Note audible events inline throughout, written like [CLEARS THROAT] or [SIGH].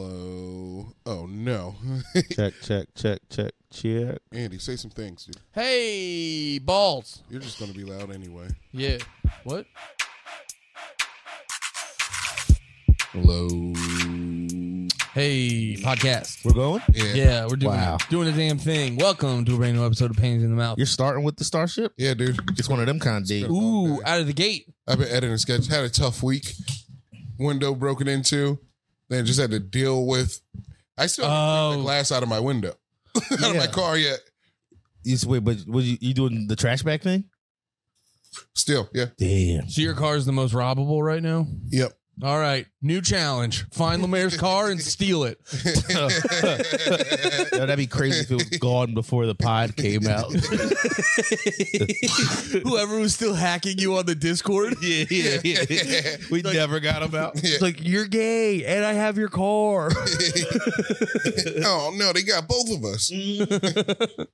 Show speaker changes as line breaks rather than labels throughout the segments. Hello. Oh no, [LAUGHS]
Check, check, check, check, check.
Andy, say some things, dude.
Hey, balls.
You're just gonna be loud anyway.
Yeah. What?
Hello.
Hey, podcast.
We're going?
Yeah. yeah,
Yeah, we're doing
Wow.
doing the damn thing. Welcome to a brand new episode of Pains in the Mouth.
You're starting with the Starship?
dude.
It's one of them kind of days.
Ooh.
Ooh, out of the gate.
I've been editing sketch. Had a tough week. Window broken into. Then just had to deal with. I still haven't cleaned
Oh.
the glass out of my window, [LAUGHS] out of my
Yeah.
car yet.
You s- wait, but was you, you doing the trash bag thing?
Still, yeah,
[LAUGHS] Damn.
So your car is the most robbable right now.
yep.
All right, new challenge: find Lemaire's car and steal [LAUGHS] it.
Yo, that'd be crazy if it was gone before the pod came out.
Whoever was still hacking [LAUGHS] you on the Discord.
[LAUGHS] yeah, yeah,
[LAUGHS]
yeah. We never got him out.
Yeah.
It's like you're gay and I have your car.
[LAUGHS] oh no, they got both of us.
[LAUGHS]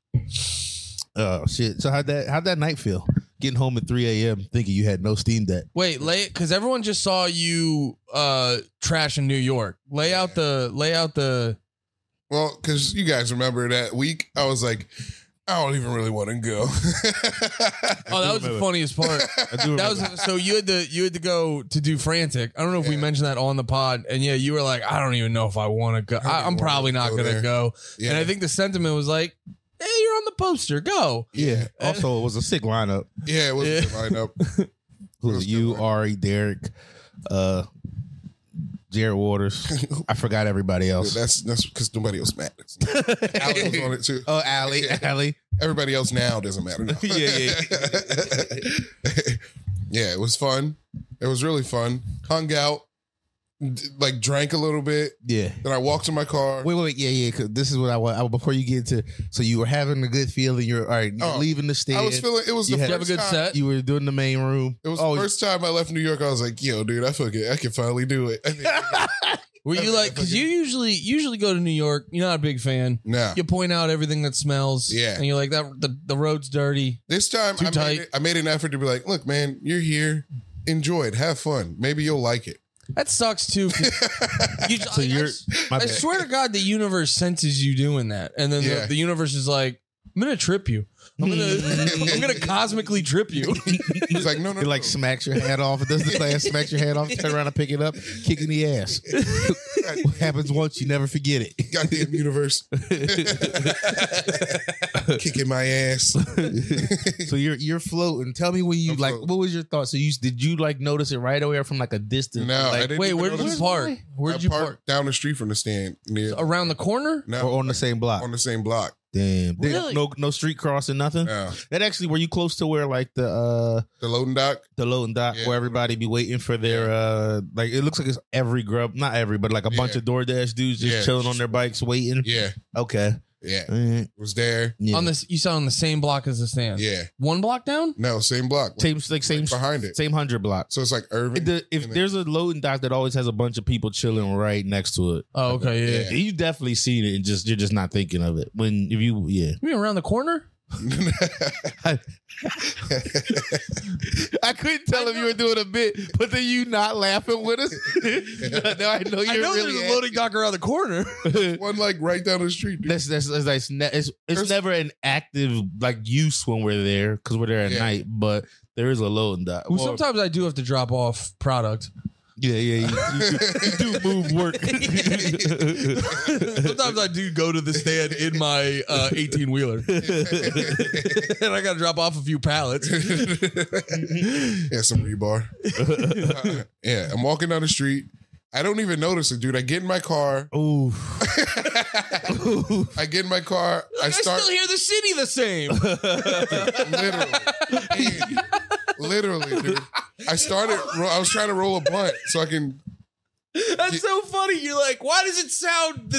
Oh shit! So how'd that how'd that night feel? Getting home at 3 a.m. thinking you had no steam deck.
Wait, lay because everyone just saw you uh trash in New York. Lay out the lay out the
Well, because you guys remember that week, I was like, I don't even really want to go. [LAUGHS]
Oh, that was the
remember.
funniest part.
I do
[LAUGHS] That was
remember.
so you had to you had to go to do frantic. I don't know if we
Yeah.
mentioned that on the pod, and yeah, you were like, I don't even know if I want to go.
don't
I,
even
I'm
wanna
probably not
go
gonna
there.
go.
yeah.
And I think the sentiment was like, Hey, you're on the poster, go. [LAUGHS]
yeah. Also, it was a sick lineup.
yeah, it was
Yeah.
a good lineup.
Who was it? you, Ari, Derek, uh, Jared Waters. I
[LAUGHS]
forgot everybody
Dude,
[LAUGHS] else.
that's that's because nobody else matters. Alex was on it too.
Oh,
[LAUGHS]
Allie, Allie.
Everybody else now doesn't matter. now.
Yeah, yeah,
[LAUGHS] yeah, it was fun. It was really fun. Hung out, d- like drank a little bit.
Yeah.
Then I walked to my car.
Wait, wait, wait. Yeah, yeah. 'cause this is what I want. I, before you get to, so you were having a good feeling. You're all right. You're
Oh,
leaving the stand.
I was feeling it was
You
the
had-
Did you have a
first
good
time-
set?
you were doing the main room.
It was
oh,
the first time I left New York. I was like, "Yo, dude, I fucking, I can finally do it." [LAUGHS] I think I can-
Were you like because you usually usually go to New York, you're not a big fan.
nah,
You point out everything that smells.
Yeah.
And you're like, that the, the road's dirty.
this time
Too
I
tight.
made, it- I made an effort to be like, "Look, man, you're here. Enjoy it. Have fun. Maybe you'll like it."
That sucks
[LAUGHS]
too. 'cause You,
So
like, I
you're.
s-
My
I
bad.
swear to God, the universe senses you doing that, and then
Yeah.
the, the universe is like, "I'm gonna trip you. I'm gonna, I'm gonna cosmically trip you."
He's like,
[LAUGHS]
"No, no,
It
no.
like smacks your hat off. It
[LAUGHS]
does the class. Smacks your hat off. Turn around and pick it up. Kick in the ass. what happens once, you never forget it.
[LAUGHS]
[LAUGHS]
goddamn universe, kicking my
[LAUGHS]
ass."
so you're you're floating. Tell me when you
I'm
like.
floating.
What was your thought? So you did you like notice it right away or from like a distance?
No, I
like,
didn't.
Wait,
even
where did
notice
you
it.
park? Where
I
did you
parked
park?
Down the street from the stand, near
Around the corner?
[LAUGHS] no,
or on the same block.
on the same block.
Damn. They-
Really?
No no street crossing, nothing.
No,
That actually were you close to where like the uh
the loading dock.
the loading dock
Yeah.
where everybody be waiting for their uh like it looks like it's every grub, not every, but like a bunch
Yeah.
of DoorDash dudes just
Yeah.
chilling on their bikes waiting.
Yeah,
Okay.
yeah,
Alright.
was there.
Yeah.
On this, you saw on the same block as the stand.
Yeah,
One block down.
no, same block,
same like same
behind it.
same hundred block.
So it's like
It-
Irving.
the- if
and then-
there's a loading dock that always has a bunch of people chilling right next to it,
Oh, okay, yeah.
Yeah.
you definitely seen it and just you're just not thinking of it when if you yeah.
You mean around the corner? [LAUGHS]
[LAUGHS] I couldn't tell if you were doing a bit, but then you not laughing with us. [LAUGHS] now I know you're really.
dock around the corner.
[LAUGHS]
at-
One like right down the street. Dude.
[LAUGHS] That's that's, that's, that's ne- it's, it's
There's-
never an active like use when we're there because we're there at
Yeah.
night, but there is a load in that.
well,
Well,
sometimes I do have to drop off product.
yeah, yeah, you, you, do- you do move work.
Sometimes I do go to the stand in my uh, eighteen wheeler, [LAUGHS] and I got to drop off a few pallets.
[LAUGHS] yeah, some rebar. yeah, I'm walking down the street. I don't even notice it, dude. I get in my car.
Ooh,
I get in my car. I
I,
start
still hear the city the same.
literally, Dude, literally, dude. I started. ro- I was trying to roll a blunt so I can. [LAUGHS]
That's so funny. You're like, why does it sound the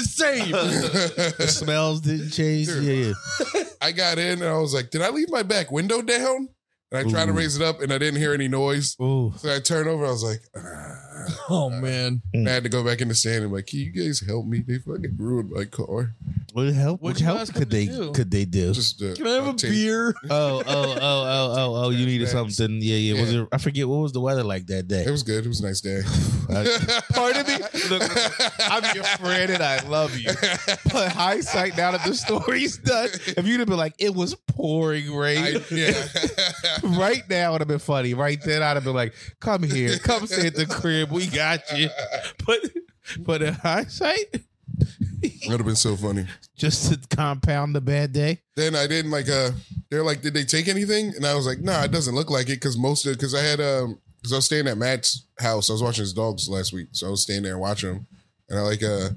[LAUGHS]
same?
the smells didn't change.
Dude.
Yeah, yeah.
I got in and I was like, "Did I leave my back window down?" And I tried to
Ooh.
raise it up, and I didn't hear any noise.
Ooh,
So I turned over. I was like, "Ah."
oh man.
I had to go back in the stand. and like, "Can you guys help me? They fucking ruined my car."
What
What
help? What
you
help
guys
could
come
they
to do?
could they do?
Just uh,
Can I have a
tape.
beer?
oh, oh, oh, oh, oh, oh! You needed
Thanks.
something. Yeah, yeah. Was
Yeah.
it? I forget what was the weather like that day.
It was good. It was a nice day. [LAUGHS]
Pardon me. Look, look, I'm your friend and I love you. But hindsight now that the story's done, if you'd have been like, it was pouring rain.
I- [LAUGHS] yeah.
[LAUGHS] Right now would have been funny. Right then I'd have been like, "Come here, come sit at the crib. We got you." But, but in hindsight,
It would have been so funny.
just to compound the bad day.
Then I didn't like. Uh, they're like, did they take anything? And I was like, nah, it doesn't look like it because most of because I had um because I was staying at Matt's house. I was watching his dogs last week, so I was staying there and watching them. And I like uh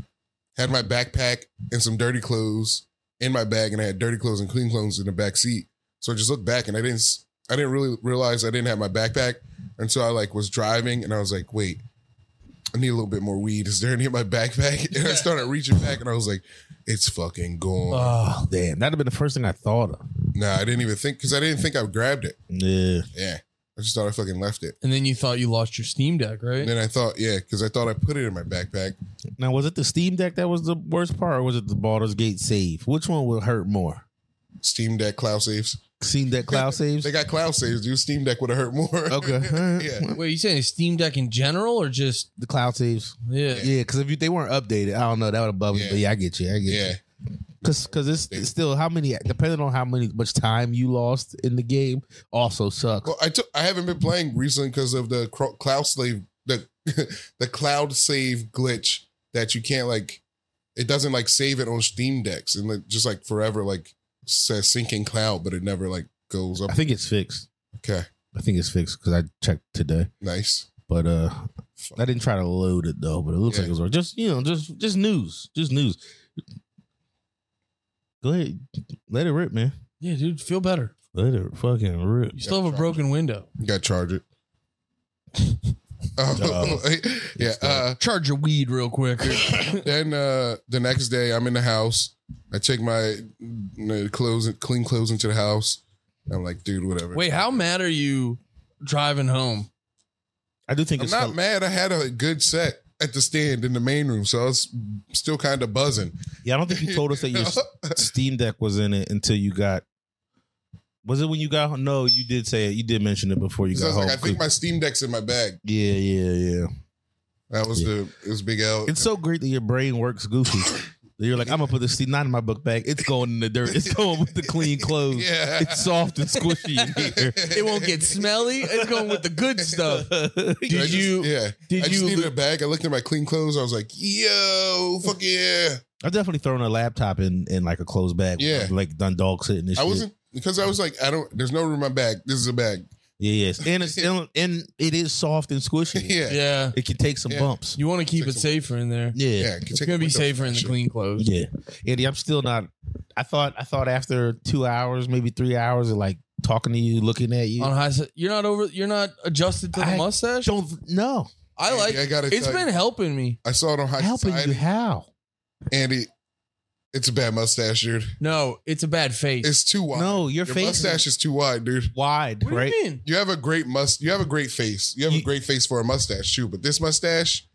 had my backpack and some dirty clothes in my bag, and I had dirty clothes and clean clothes in the back seat. So I just looked back, and I didn't s- I didn't really realize I didn't have my backpack until I like was driving, and I was like, wait. I need a little bit more weed. Is there any in my backpack? [LAUGHS] And I started reaching back, and I was like, "It's fucking gone."
Ah.
Oh damn! That'd have been the first thing I thought of.
Nah, I didn't even think because I didn't think I grabbed it.
Yeah.
Yeah, I just thought I fucking left it.
And then you thought you lost your Steam Deck, right?
And then I thought, yeah, because I thought I put it in my backpack.
Now, was it the Steam Deck that was the worst part, or was it the Baldur's Gate save? Which one would hurt more?
Steam Deck cloud saves.
Steam Deck cloud
[LAUGHS]
saves.
They got cloud saves. Dude, Steam Deck would have hurt more. [LAUGHS]
Okay. alright.
yeah.
Well,
Wait, you saying Steam Deck in general or just
The cloud saves.
yeah?
Yeah, because if you, they weren't updated, I don't know. That would have bummed me.
Yeah.
But yeah, I get you. I get
Yeah.
you. Because it's, it's still how many, depending on how many much time you lost in the game, also sucks.
Well, I took. I haven't been playing recently because of the cro- cloud slave the [LAUGHS] the cloud save glitch that you can't like. It doesn't like save it on Steam decks and like, just like forever like says syncing cloud, but it never like goes up.
I think it's fixed.
Okay,
I think it's fixed because I checked today.
nice.
But uh I didn't try to load it though, but it looks
Yeah.
like it was working. just you know, just just news. Just news. Go ahead. Let it rip, man.
Yeah, dude, feel better.
Let it fucking rip.
You still have a broken window.
You got to charge it. [LAUGHS] oh, yeah. Uh,
Charge your weed real quick.
then uh, the next day, I'm in the house. I take my uh, clothes, clean clothes into the house. I'm like, dude, whatever.
[LAUGHS] Wait, how mad are you driving home?
I do think
I'm
it's
not mad. I had a good set at the stand in the main room, so I was still kind of buzzing.
Yeah, I don't think you
[LAUGHS]
told us that your Steam Deck was in it until you got was it when you got home? No, you did say it. You did mention it before you
So I was
got home.
like, I think my Steam Deck's in my bag.
yeah, yeah, yeah.
That was the it was Big L.
It's so great that your brain works goofy. That You're like, I'm gonna put this seat not in my book bag. It's going in the dirt. It's going with the clean
[LAUGHS]
clothes.
[LAUGHS] yeah,
It's soft and squishy in
[LAUGHS]
here. [LAUGHS]
It won't get smelly. It's going with the good stuff.
I
Did
just-
you?
Yeah, I
Did
just needed
you?
a bag. I looked at my clean clothes. I was like, yo, fuck yeah.
I've definitely thrown a laptop in in like a closed bag. with,
Yeah.
like done dog sitting. And
I
shit.
wasn't because I was like, I don't. There's no room in my bag. This is a bag. [LAUGHS]
Yeah, yes, and it's and, and it is soft and squishy.
yeah, yeah.
Yeah,
It can take some
Yeah.
bumps.
you want to keep
Take
it
some-
safer in there.
Yeah,
can
It's
take
gonna be
window
safer in the
shit.
clean clothes.
yeah. Andy, I'm still not. I thought I thought after two hours, maybe three hours of like talking to you, looking at you.
On high, se- you're not over. You're not adjusted to the
I
mustache.
don't no
I like.
Andy, I gotta
It's
tell
been
you,
helping me.
I saw it on High
helping
Society.
you how.
Andy, it's a bad mustache, dude.
No, it's a bad face.
It's too wide.
No,
Your
your, face
mustache is too wide, dude.
is wide,
what do
right?
you mean?
You have a great must. You have a great face. You have a
You-
great face for a mustache too. But this mustache,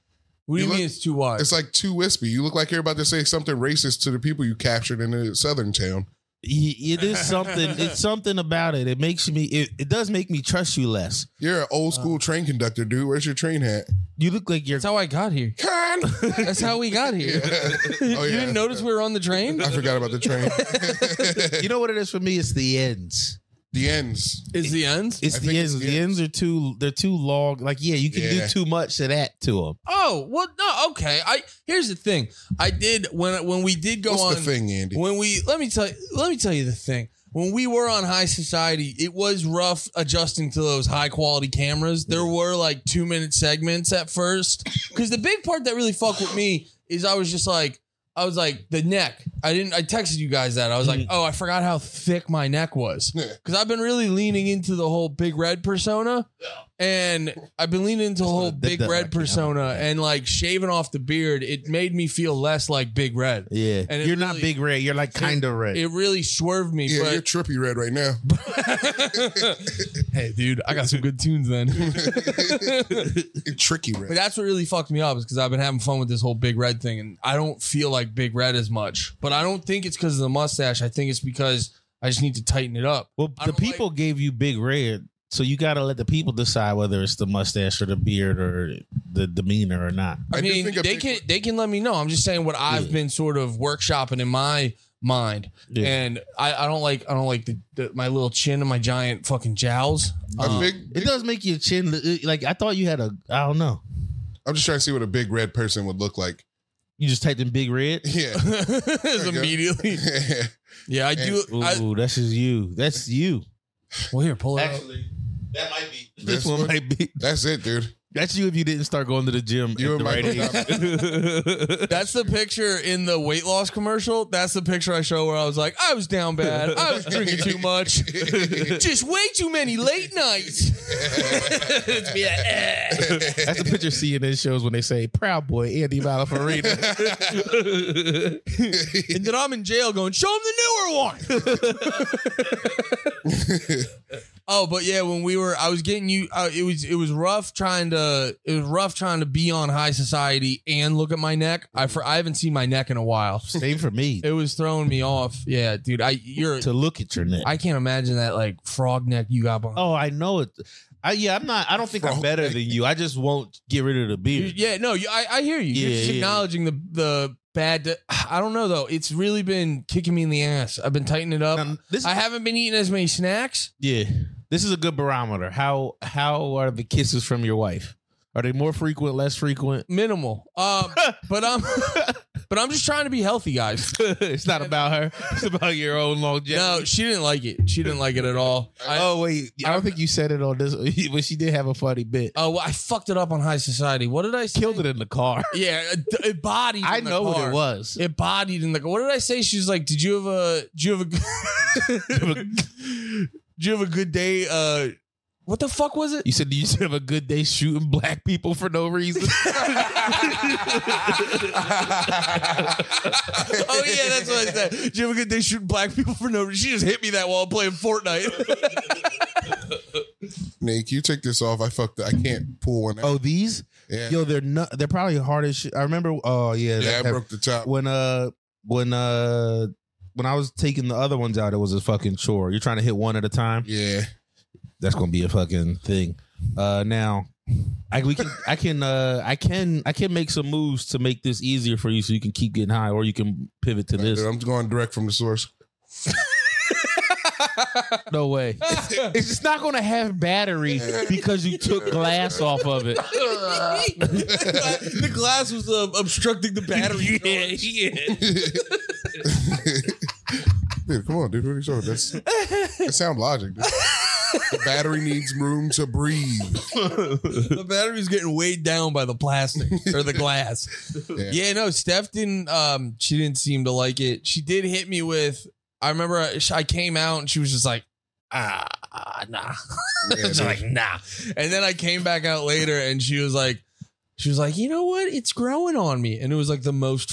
What do
You
you mean
look-
it's too wide?
it's like too wispy. You look like you're about to say something racist to the people you captured in a southern town.
Y- It is something. it's something about it. It makes me. It, it does make me trust you less.
You're an old school train conductor, dude. Where's your train hat?
You look like you're.
That's how I got here.
Con.
[LAUGHS] That's how we got here.
Oh,
you
[LAUGHS] yeah.
didn't notice we were on the
[LAUGHS]
train?
I forgot about the train. [LAUGHS]
You know what it is for me? It's the ends.
the ends.
Is the ends?
It's
I
the
think
ends.
it's the
the ends are too. They're too long. Like yeah, you can
Yeah.
do too much of that to them.
Oh well, no. Okay. I here's the thing. I did when when we did go
What's
on
the thing, Andy?
when we let me tell you let me tell you the thing. When we were on High Society, it was rough adjusting to those high quality cameras. There were like two minute segments at first because the big part that really fucked with me is I was just like. I was like the neck. I didn't. I texted you guys that. I was like, oh, I forgot how thick my neck was
Mm-hmm. Yeah.
because I've been really leaning into the whole big red persona, and I've been leaning into the whole
did
big
that
red
back then.
persona, and like shaving off the beard, it made me feel less like big red.
Yeah,
And it
you're not
really-
big red. You're like kind of red.
It really swerved me,
Yeah, you're
but [LAUGHS]
trippy red right now.
Hey, dude, I got some good tunes then.
[LAUGHS]
but
Tricky Red.
that's what really fucked me up is because I've been having fun with this whole Big Red thing, and I don't feel like Big Red as much. But I don't think it's because of the mustache. I think it's because I just need to tighten it up.
Well,
I
the
don't like-
people gave you big red, so you got to let the people decide whether it's the mustache or the beard or the demeanor or not.
I,
I do
mean,
think a
they
big-
can they can let me know. I'm just saying what I've
Yeah.
been sort of workshopping in my mind,
Yeah.
and I, I don't like I don't like the, the, my little chin and my giant fucking jowls.
A
Um, [LAUGHS]
big,
It does make your chin li- like I thought you had a. I don't know.
I'm just trying to see what a big red person would look like.
You just typed in big red.
Yeah. [LAUGHS]
it's
you go.
immediately, yeah, I do.
Ooh,
I,
that's just you. That's you.
well, here, pull it. out.
that might be. [LAUGHS] This,
This
one,
one?
might be.
That's it, dude.
That's you if you didn't start going to the gym.
You
at
and
the
Michael
right age.
That's the picture in the weight loss commercial. That's the picture I show where I was like, I was down bad. I was drinking too [LAUGHS] much. Just way too many late nights. it's me like, eh.
That's the [LAUGHS] picture CNN shows when they say "Proud Boy Andy [LAUGHS] Malafarina."
And then I'm in jail going, show him the newer one. [LAUGHS] Oh, but yeah, when we were, I was getting you. Uh, it was it was rough trying to it was rough trying to be on high society and look at my neck. I for I haven't seen my neck in a while.
Same for me
It was throwing me off. Yeah, dude, I you're
to look at your neck.
I can't imagine that like frog neck you got behind.
Oh, I know it. I yeah, I'm not. I don't think I'm
Frog
better than you. I just won't get rid of the
You-
beard.
yeah, no, you, I I hear you. you're
Yeah,
just
yeah.
acknowledging the the bad. [SIGHS] I don't know though. It's really been kicking me in the ass. I've been tightening it up.
Um, this
I haven't been eating as many snacks.
yeah, this is a good barometer. How how are the kisses from your wife? Are they more frequent, less frequent? [LAUGHS]
Minimal. Um, but I'm [LAUGHS] but I'm just trying to be healthy, guys.
it's not about her. It's about your own longevity.
No, she didn't like it. She didn't like it at all. I, oh,
oh wait, I don't think you said it on this, [LAUGHS] but she did have a funny bit.
uh, well, I fucked it up on High Society. What did I say?
Oh. Killed it in the car.
Yeah, it, it bodied.
I
in the
know what
car.
it was.
It bodied in the. What did I say? She was like, "Did you have a? Did you have a? [LAUGHS] good- did you have a good day? Uh, what the
[LAUGHS]
fuck was it?
You said you used to have a good day shooting black people for no reason.
[LAUGHS] oh yeah, that's what I said. Did you have a good day shooting black people for no reason? She just hit me that while playing Fortnite. [LAUGHS]
Nate, can you take this off? I fucked up. I can't pull one out.
oh, these
yeah.
yo, they're not. They're probably hard as shit. I remember. Oh yeah,
yeah, I
that-
broke the top.
when uh when uh when I was taking the other ones out, it was a fucking chore. You're trying to hit one at a time.
Yeah.
That's gonna be a fucking thing. Uh, now I we can I can uh I can I can make some moves to make this easier for you, so you can keep getting high, or you can pivot to this.
Dude, I'm going direct from the source. [LAUGHS]
No way. it's just not gonna have battery because you took glass off of it.
the glass was uh, obstructing the battery.
Dude, come on, dude. What are you talking about? That's,
[LAUGHS]
that's sound logic. dude. The battery needs room to breathe.
the battery's getting weighed down by the plastic or the
[LAUGHS]
glass.
Yeah.
Yeah, no, Steph didn't. Um, she didn't seem to like it. She did hit me with. I remember I, I came out and she was just like, ah, nah. [LAUGHS]
Yeah,
She's like,
dude.
nah. And then I came back out later and she was like, she was like, you know what? It's growing on me. And it was like the most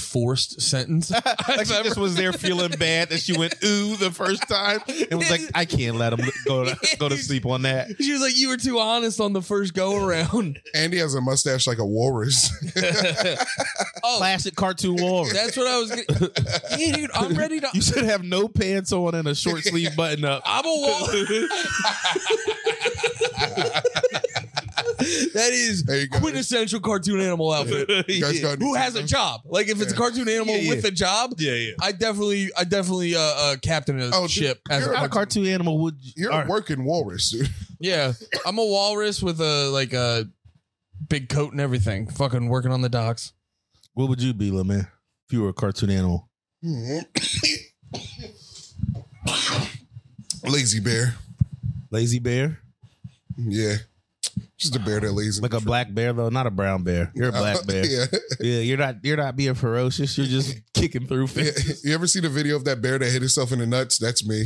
[LAUGHS]
forced sentence.
like she just was there feeling bad that she went ooh the first time and was like, I can't let him go to, [LAUGHS] go to sleep on that.
[LAUGHS] She was like, you were too honest on the first go
[LAUGHS]
around. [LAUGHS]
Andy has a mustache like a walrus. [LAUGHS]
oh,
Classic cartoon walrus.
that's what I was. Gonna, yeah, dude, I'm ready to.
you should have no pants on and a short sleeve button [LAUGHS] up.
I'm a wall. that is
There you go.
quintessential cartoon animal outfit.
You guys got
Who has a job? Like if it's a cartoon animal
Yeah, yeah.
with a job,
Yeah, yeah.
I definitely, I definitely uh, uh captain a
Oh, dude,
ship as a
you're
What kind of cartoon animal would
You're
All right.
a working walrus, dude. [COUGHS]
yeah. I'm a walrus with a like a big coat and everything. Fucking working on the docks.
What would you be, little man? If you were a cartoon animal,
Lazy bear.
lazy bear,
Yeah. Just a bear that lazy. Uh,
like a black bear though, not a brown bear. You're a black bear. Uh, yeah.
yeah. [LAUGHS]
you're not. You're not being ferocious. You're [LAUGHS] just kicking through.
Yeah.
Fences.
You ever see the video of that bear that hit itself in the nuts? That's me.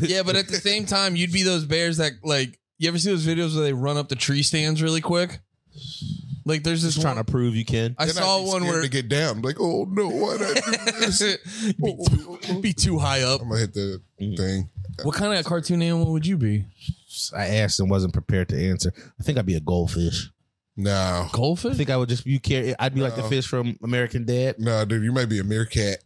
Yeah, but at the same time, you'd be those bears that like. You ever see those videos where they run up the tree stands really quick? Like there's this
Just trying
one-
to prove you can.
I
Then I'd
saw
be
one
scared
where
to get down. Like, oh
[LAUGHS]
no, why did I do this? [LAUGHS]
be, too, be too high up.
I'm gonna hit the
Mm.
thing.
What kind of cartoon animal would you be?
I asked and wasn't prepared to answer. I think I'd be a goldfish.
No.
I
Goldfish?
think I would just you care. I'd be like the
No.
fish from American [LAUGHS] Dad.
No, dude, you might be a meerkat.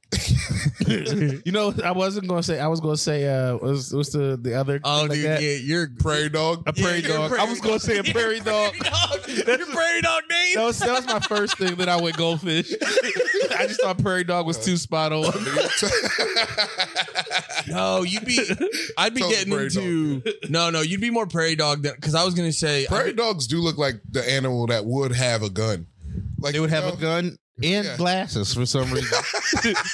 you know, I wasn't gonna say. I was gonna say. Uh, what's, what's the the other?
Oh,
like
dude,
that?
yeah, you're
Prairie dog.
A prairie
[LAUGHS] Yeah, you're
dog.
a
I was gonna say a prairie dog.
You're prairie dog name.
That was, that was my first thing that I went goldfish. [LAUGHS] I just thought prairie dog was too spot on.
[LAUGHS]
No, you'd be. I'd be
Totally
getting
prairie
into. No, no, you'd be more prairie dog than because I was gonna say.
Prairie dogs do look like the animal that would have a gun. Like
They would
you
have a
know,
gun and
Yeah.
glasses for some [LAUGHS] reason.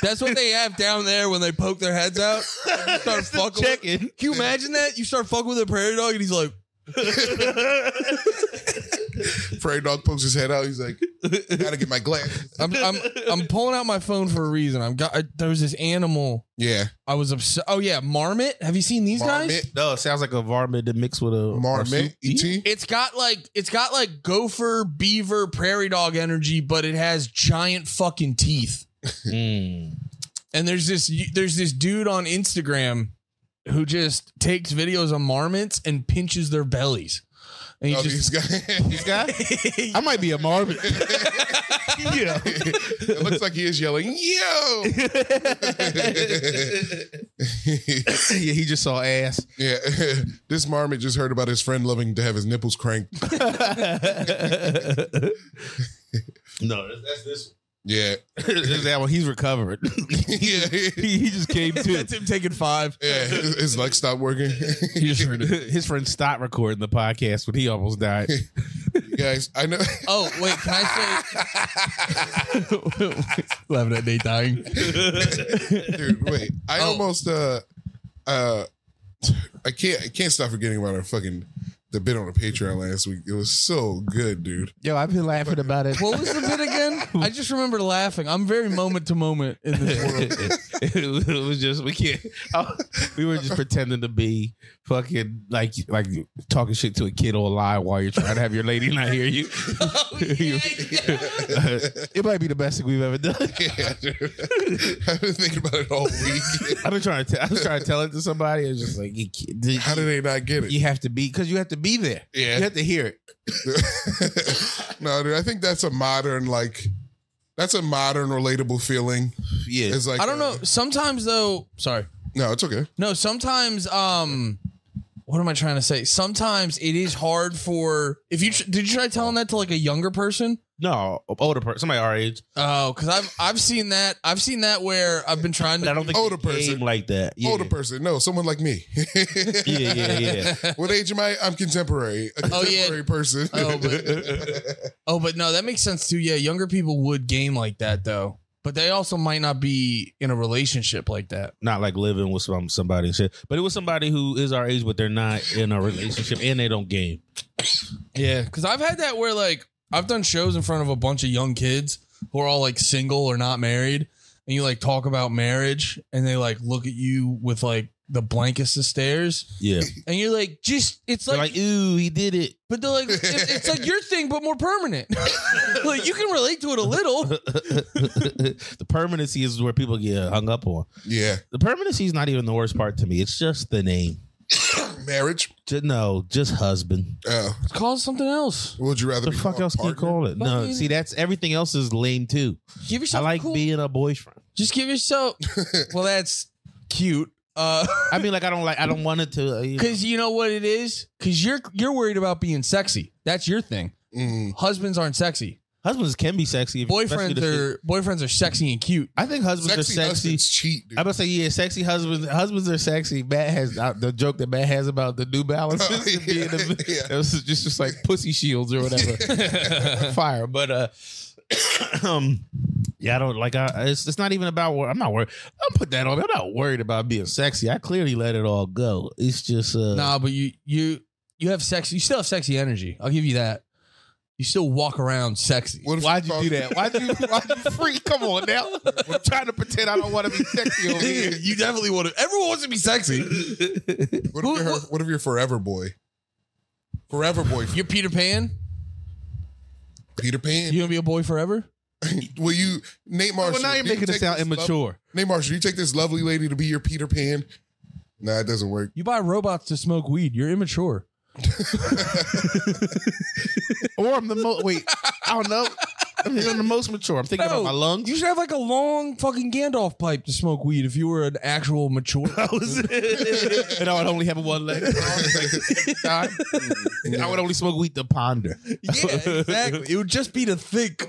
That's what they have down there when they poke their
[LAUGHS]
heads out. Start fucking. With,
Checking.
can you imagine that? You start fucking with a prairie dog, and he's like,
Prairie dog pokes his head out. He's like, "Gotta get my glasses."
"I'm, I'm, I'm pulling out my phone for a reason. I'm got. I, there was this animal.
Yeah,
I was obsessed. Oh yeah, marmot. Have you seen these guys?
marmot,
No, it sounds like a varmint that mixed with a
marmot, E et.
It's got like it's got like gopher, beaver, prairie dog energy, but it has giant fucking teeth.
[LAUGHS] Mm.
And there's this there's this dude on Instagram who just takes videos of marmots and pinches their bellies. And he
Oh, these
just
[LAUGHS]
guys.
Guy, I might be a marmot.
[LAUGHS]
yeah.
[LAUGHS] it looks like he is yelling, "Yo!" [LAUGHS]
[LAUGHS] yeah, he just saw ass.
yeah, [LAUGHS] this marmot just heard about his friend loving to have his nipples
[LAUGHS]
cranked.
No, that's, that's this.
Yeah, [LAUGHS]
There's that one. He's recovered.
yeah,
[LAUGHS]
[LAUGHS]
he, he just came to.
that's him taking five.
yeah. His, his leg stopped working. [LAUGHS]
He just heard it.
His friend stopped recording the podcast when he almost died.
Guys, I know.
Oh wait, can I say? [LAUGHS] Laughing at Nate dying.
dude wait i
Oh.
almost uh uh i can't i can't stop forgetting about our fucking the bit on the patreon last week it was so good dude [LAUGHS]
Yo, I've been laughing about it.
What was the bit again? I just remember laughing. I'm very moment to moment in this world.
[LAUGHS] it was just we can't. I- we were just pretending to be fucking like like talking shit to a kid or a lie while you're trying to have your lady not hear you. [LAUGHS] it might be the best thing we've ever done.
yeah dude. [LAUGHS] i've been thinking about it all week [LAUGHS]
I've been trying to. T- I was trying to tell it to somebody. It's just like you, can't- you-
how did they not get it
you have to be because you have to be there.
Yeah.
you have to hear it.
no dude i think that's a modern like that's a modern relatable feeling
Yeah,
it's like
I don't
uh,
know. Sometimes though, sorry.
no it's okay
No, sometimes um what am I trying to say? Sometimes it is hard for if you tr- did you try telling that to like a younger person?
no older person, somebody our age.
Oh, cuz I've I've seen that. I've seen that where I've been trying
But I
to [LAUGHS]
don't think
Older
they came
person.
like that. Yeah.
older person no someone like me [LAUGHS]
Yeah, yeah, yeah.
what age am i i'm contemporary a
Oh, yeah.
contemporary person [LAUGHS]
Oh, Oh, but no, that makes sense too. Yeah, younger people would game like that though. But they also might not be in a relationship like that.
not like living with some somebody and shit, but it was somebody who is our age, but they're not in a relationship and they don't game.
Yeah, cuz I've had that where like I've done shows in front of a bunch of young kids who are all like single or not married and you like talk about marriage and they like look at you with like the blankest of stares
Yeah,
and you're like, just it's
they're
like,
like, ooh, he did it. [LAUGHS]
but they're like, it- it's like your thing, but more permanent. [LAUGHS] like you can relate to it a little.
the permanency is where people get hung up on.
yeah
The permanency is not even the worst part to me. It's just the name.
marriage
Just, no, just husband.
oh
It's called something else.
Would you rather
The
be
fuck
called
else can you
partner?
call it? No,
Fucking-
see, that's everything else is lame too.
Give
I
yourself.
like
cool-
being a boyfriend.
Just
[LAUGHS]
give yourself. well, that's cute. Uh,
I mean, like, I don't like, I don't want it to. uh, you know.
because you know what it is. Because you're you're worried about being sexy. That's your thing.
Mm,
Husbands aren't sexy.
Husbands can be sexy. if- especially
Boyfriends
the shit-
are boyfriends are sexy
[LAUGHS]
and cute.
I think husbands
sexy,
are sexy.
husbands cheat, dude.
I'm gonna say yeah, sexy husbands. Husbands are sexy. Matt has uh, the joke that Matt has about the New Balances
Oh,
[LAUGHS] and being the,
yeah.
it was just just like pussy shields or [LAUGHS] whatever. Fire, but uh, [CLEARS THROAT] um, yeah, I don't like. I it's, it's not even about. wor- I'm not worried. I'll put that on. me. I'm not worried about being sexy. I clearly let it all go. It's just uh,
Nah, but you you you have sex. You still have sexy energy. I'll give you that. You still walk around sexy.
What if
Why'd
you
you do that? Why'd you why'd you freak? Come on [LAUGHS] now. I'm trying to pretend I don't want to be sexy [LAUGHS] over here.
[LAUGHS] you definitely want to. Everyone wants to be sexy.
What if, you're, what if you're forever boy? Forever boy,
You're Peter Pan.
Peter Pan.
You gonna be a boy forever?
[LAUGHS] Will you, Nate Marshall?
Well, now you're
do you
making it
take
sound
this lo-
immature.
Nate Marshall, you take this lovely lady to be your Peter Pan. Nah, it doesn't
[LAUGHS]
work.
You buy robots to smoke weed. You're immature.
Or I'm the most wait. I don't know. I mean, I'm the most mature. I'm thinking
No,
about my lungs.
You should have like a long fucking Gandalf pipe to smoke weed if you were an actual
[LAUGHS]
mature.
and I would only have one leg. I would only smoke weed to ponder
[LAUGHS] yeah, exactly. It would just be to think.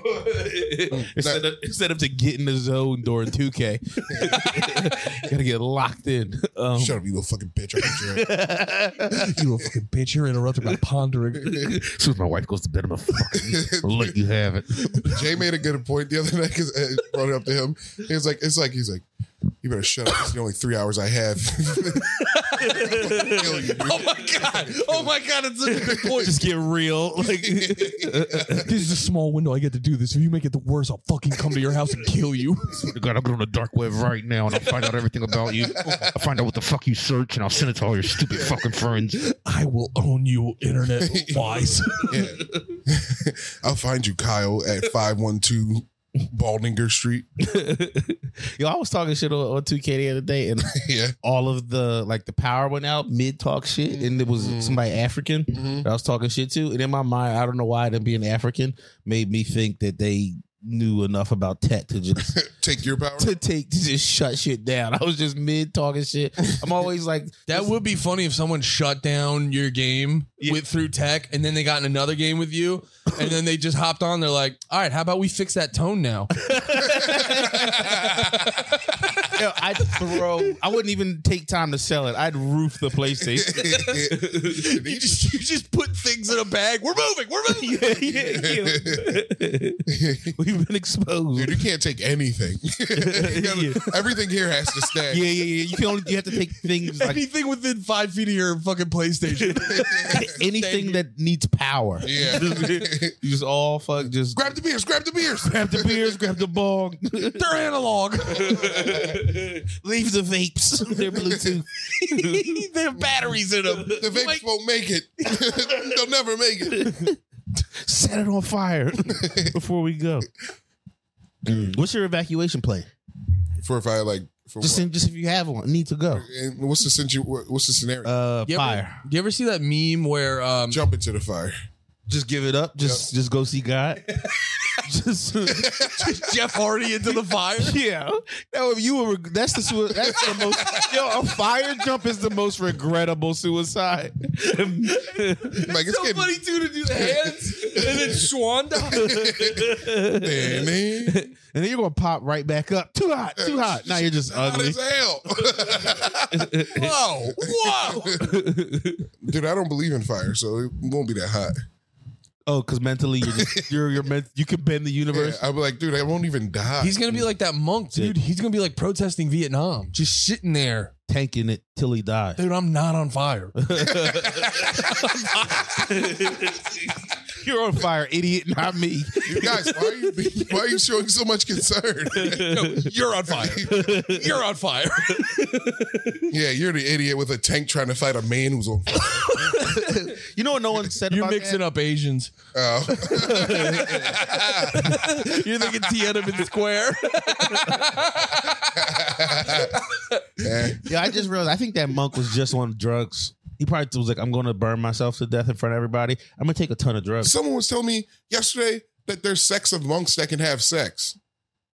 instead of instead of to get in the zone during 2K. [LAUGHS] Gotta get locked in. Um,
Shut up, you little fucking bitch. I'm in jail.
You little fucking bitch. You're interrupted by pondering.
as soon as my wife goes to bed, I'm a fucking let you have it. [LAUGHS]
Jay made a good point the other night because I brought it up to him. He was like, it's like, he's like, you better shut up. It's the only three hours I
[LAUGHS]
have. Killing you, dude.
Oh [LAUGHS] my god! Oh my god! It's such a good point.
Just get real.
[LAUGHS]
Like
This is a small window I get to do this. If you make it the worst, I'll fucking come to your house and kill you.
God, I'll go on the dark web right now and I'll find out everything about you. I'll find out what the fuck you search and I'll send it to all your stupid fucking friends.
I will own you, internet wise.
Yeah. I'll find you, Kyle, at 512 Baldinger Street. [LAUGHS]
Yo, I was talking shit on, on 2K the other day and
Yeah.
all of the like the power went out mid talk shit, and it was somebody African that I was talking shit to, and in my mind, I don't know why them being African made me think that they knew enough about tech to just [LAUGHS]
[LAUGHS] Take your power.
to take to just shut shit down. I was just mid talking shit. I'm always like
That would be funny if someone shut down your game with through tech, and then they got in another game with you, and then they just hopped on. They're like, "All right, how about we fix that tone now?"
I'd throw. I wouldn't even take time to sell it. I'd roof the PlayStation.
[LAUGHS] you just you just put things in a bag. We're moving. We're [LAUGHS] moving.
[LAUGHS] yeah, yeah, yeah. We've been exposed.
Dude, you can't take anything. [LAUGHS] You gotta-
[LAUGHS] Yeah.
Everything here has to stay.
Yeah, yeah, yeah. You can only you have to take things like
Anything within five feet of your fucking [LAUGHS] PlayStation.
[LAUGHS] anything that needs power.
Yeah.
[LAUGHS] You just all fuck
[LAUGHS]
just
Grab the beers, grab the beers.
grab the beers, grab the bong,
They're analog.
leave the vapes. They're Bluetooth. [LAUGHS]
they have batteries in them.
[LAUGHS] The vapes
Like-
won't make it. [LAUGHS] They'll never make it.
[LAUGHS] Set it on [LAUGHS] fire before we go. Mm. What's your evacuation plan?
For if I like, for
Just
what?
in, just if you have one, need to go.
And what's the situ- what- What's the scenario?
Uh,
You ever,
fire.
you ever see that meme where um, [LAUGHS]
Jump into the
[LAUGHS]
fire.
Just give it up. Just just go see God. just
Jeff Hardy into the [LAUGHS] fire?
yeah. No, if you were that's the sui- that's the most yo a fire jump is the most regrettable suicide.
Like it's
so
getting [LAUGHS]
funny too to do the hands and then swan dive. [LAUGHS]
thin, man.
And then you're gonna pop right back up. Too hot, too
Uh,
hot. Now you're
[LAUGHS]
just
Hot
ugly.
as hell. [LAUGHS]
Whoa, whoa!
Dude, I don't believe in fire, so it won't be that hot.
Oh, because mentally you're just, [LAUGHS] you're you're meant you can bend the
Yeah,
universe.
I'll be like, dude, I won't even die.
He's gonna be like that monk, dude. He's gonna be like protesting Vietnam, just sitting there,
Tanking it till he dies.
dude. I'm not on fire.
[LAUGHS]
[LAUGHS]
You're on fire, idiot, not me.
you guys, why are you being, why are you showing so much
[LAUGHS]
concern? [LAUGHS]
No, you're on fire. You're on fire.
yeah, you're the idiot with a tank trying to fight a man who's on fire.
You know what no one said
You're
about
mixing up Asians. [LAUGHS]
Oh.
You're thinking Tiananmen Square.
Eh.
Yeah, I just realized I think that monk was just on drugs. He probably was like, I'm gonna burn myself to death in front of everybody. I'm gonna take a ton of drugs.
Someone was telling me yesterday that there's sex of monks that can have sex.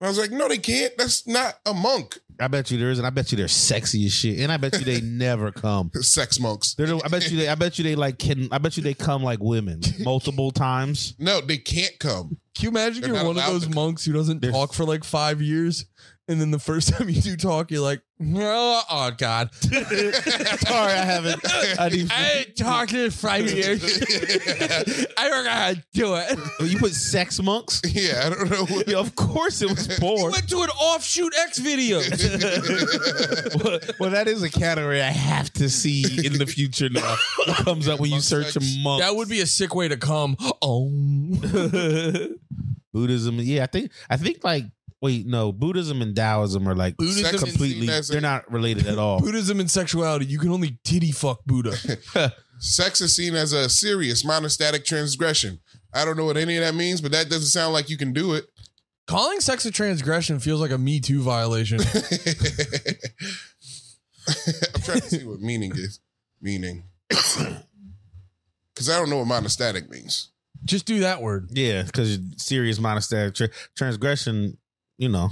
And I was like, no, they can't. That's not a monk.
I bet you there is, and I bet you they're sexy as shit. And I bet you they never come.
Sex monks.
They're, I bet you they I bet you they like can I bet you they come like women multiple times.
No, they can't come. [LAUGHS]
Can you imagine
They're
you're
not
one of
allowed
those
to-
monks who doesn't
They're-
talk for like five years, and then the first [LAUGHS] time you do talk, you're like, oh, oh,
[LAUGHS]
god,
[LAUGHS] Sorry, I haven't [LAUGHS] I need
I ain't talked
[LAUGHS]
in five years. [LAUGHS] I don't know how to do it.
you put sex monks?
Yeah, I don't know. What, [LAUGHS]
Yeah, of course it was porn.
Went to an offshoot
[LAUGHS]
X video.
[LAUGHS] well, that is a category I have to see in the future now. What comes up when you search a monk?
that would be a sick way to come. Oh,
[LAUGHS] Buddhism. Yeah, I think I think like wait, no, Buddhism and Taoism are like
Buddhism
Sex
and-
completely
That's it.
they're not related at all.
Buddhism and sexuality. You can only titty fuck Buddha.
sex is seen as a serious monostatic transgression. I don't know what any of that means, but that doesn't sound like you can do it.
Calling sex a transgression feels like a Me Too violation.
trying to see what meaning is. Meaning. Because I don't know what monostatic means.
[LAUGHS] Just do that word.
Yeah, because serious monostatic tra- transgression, you know.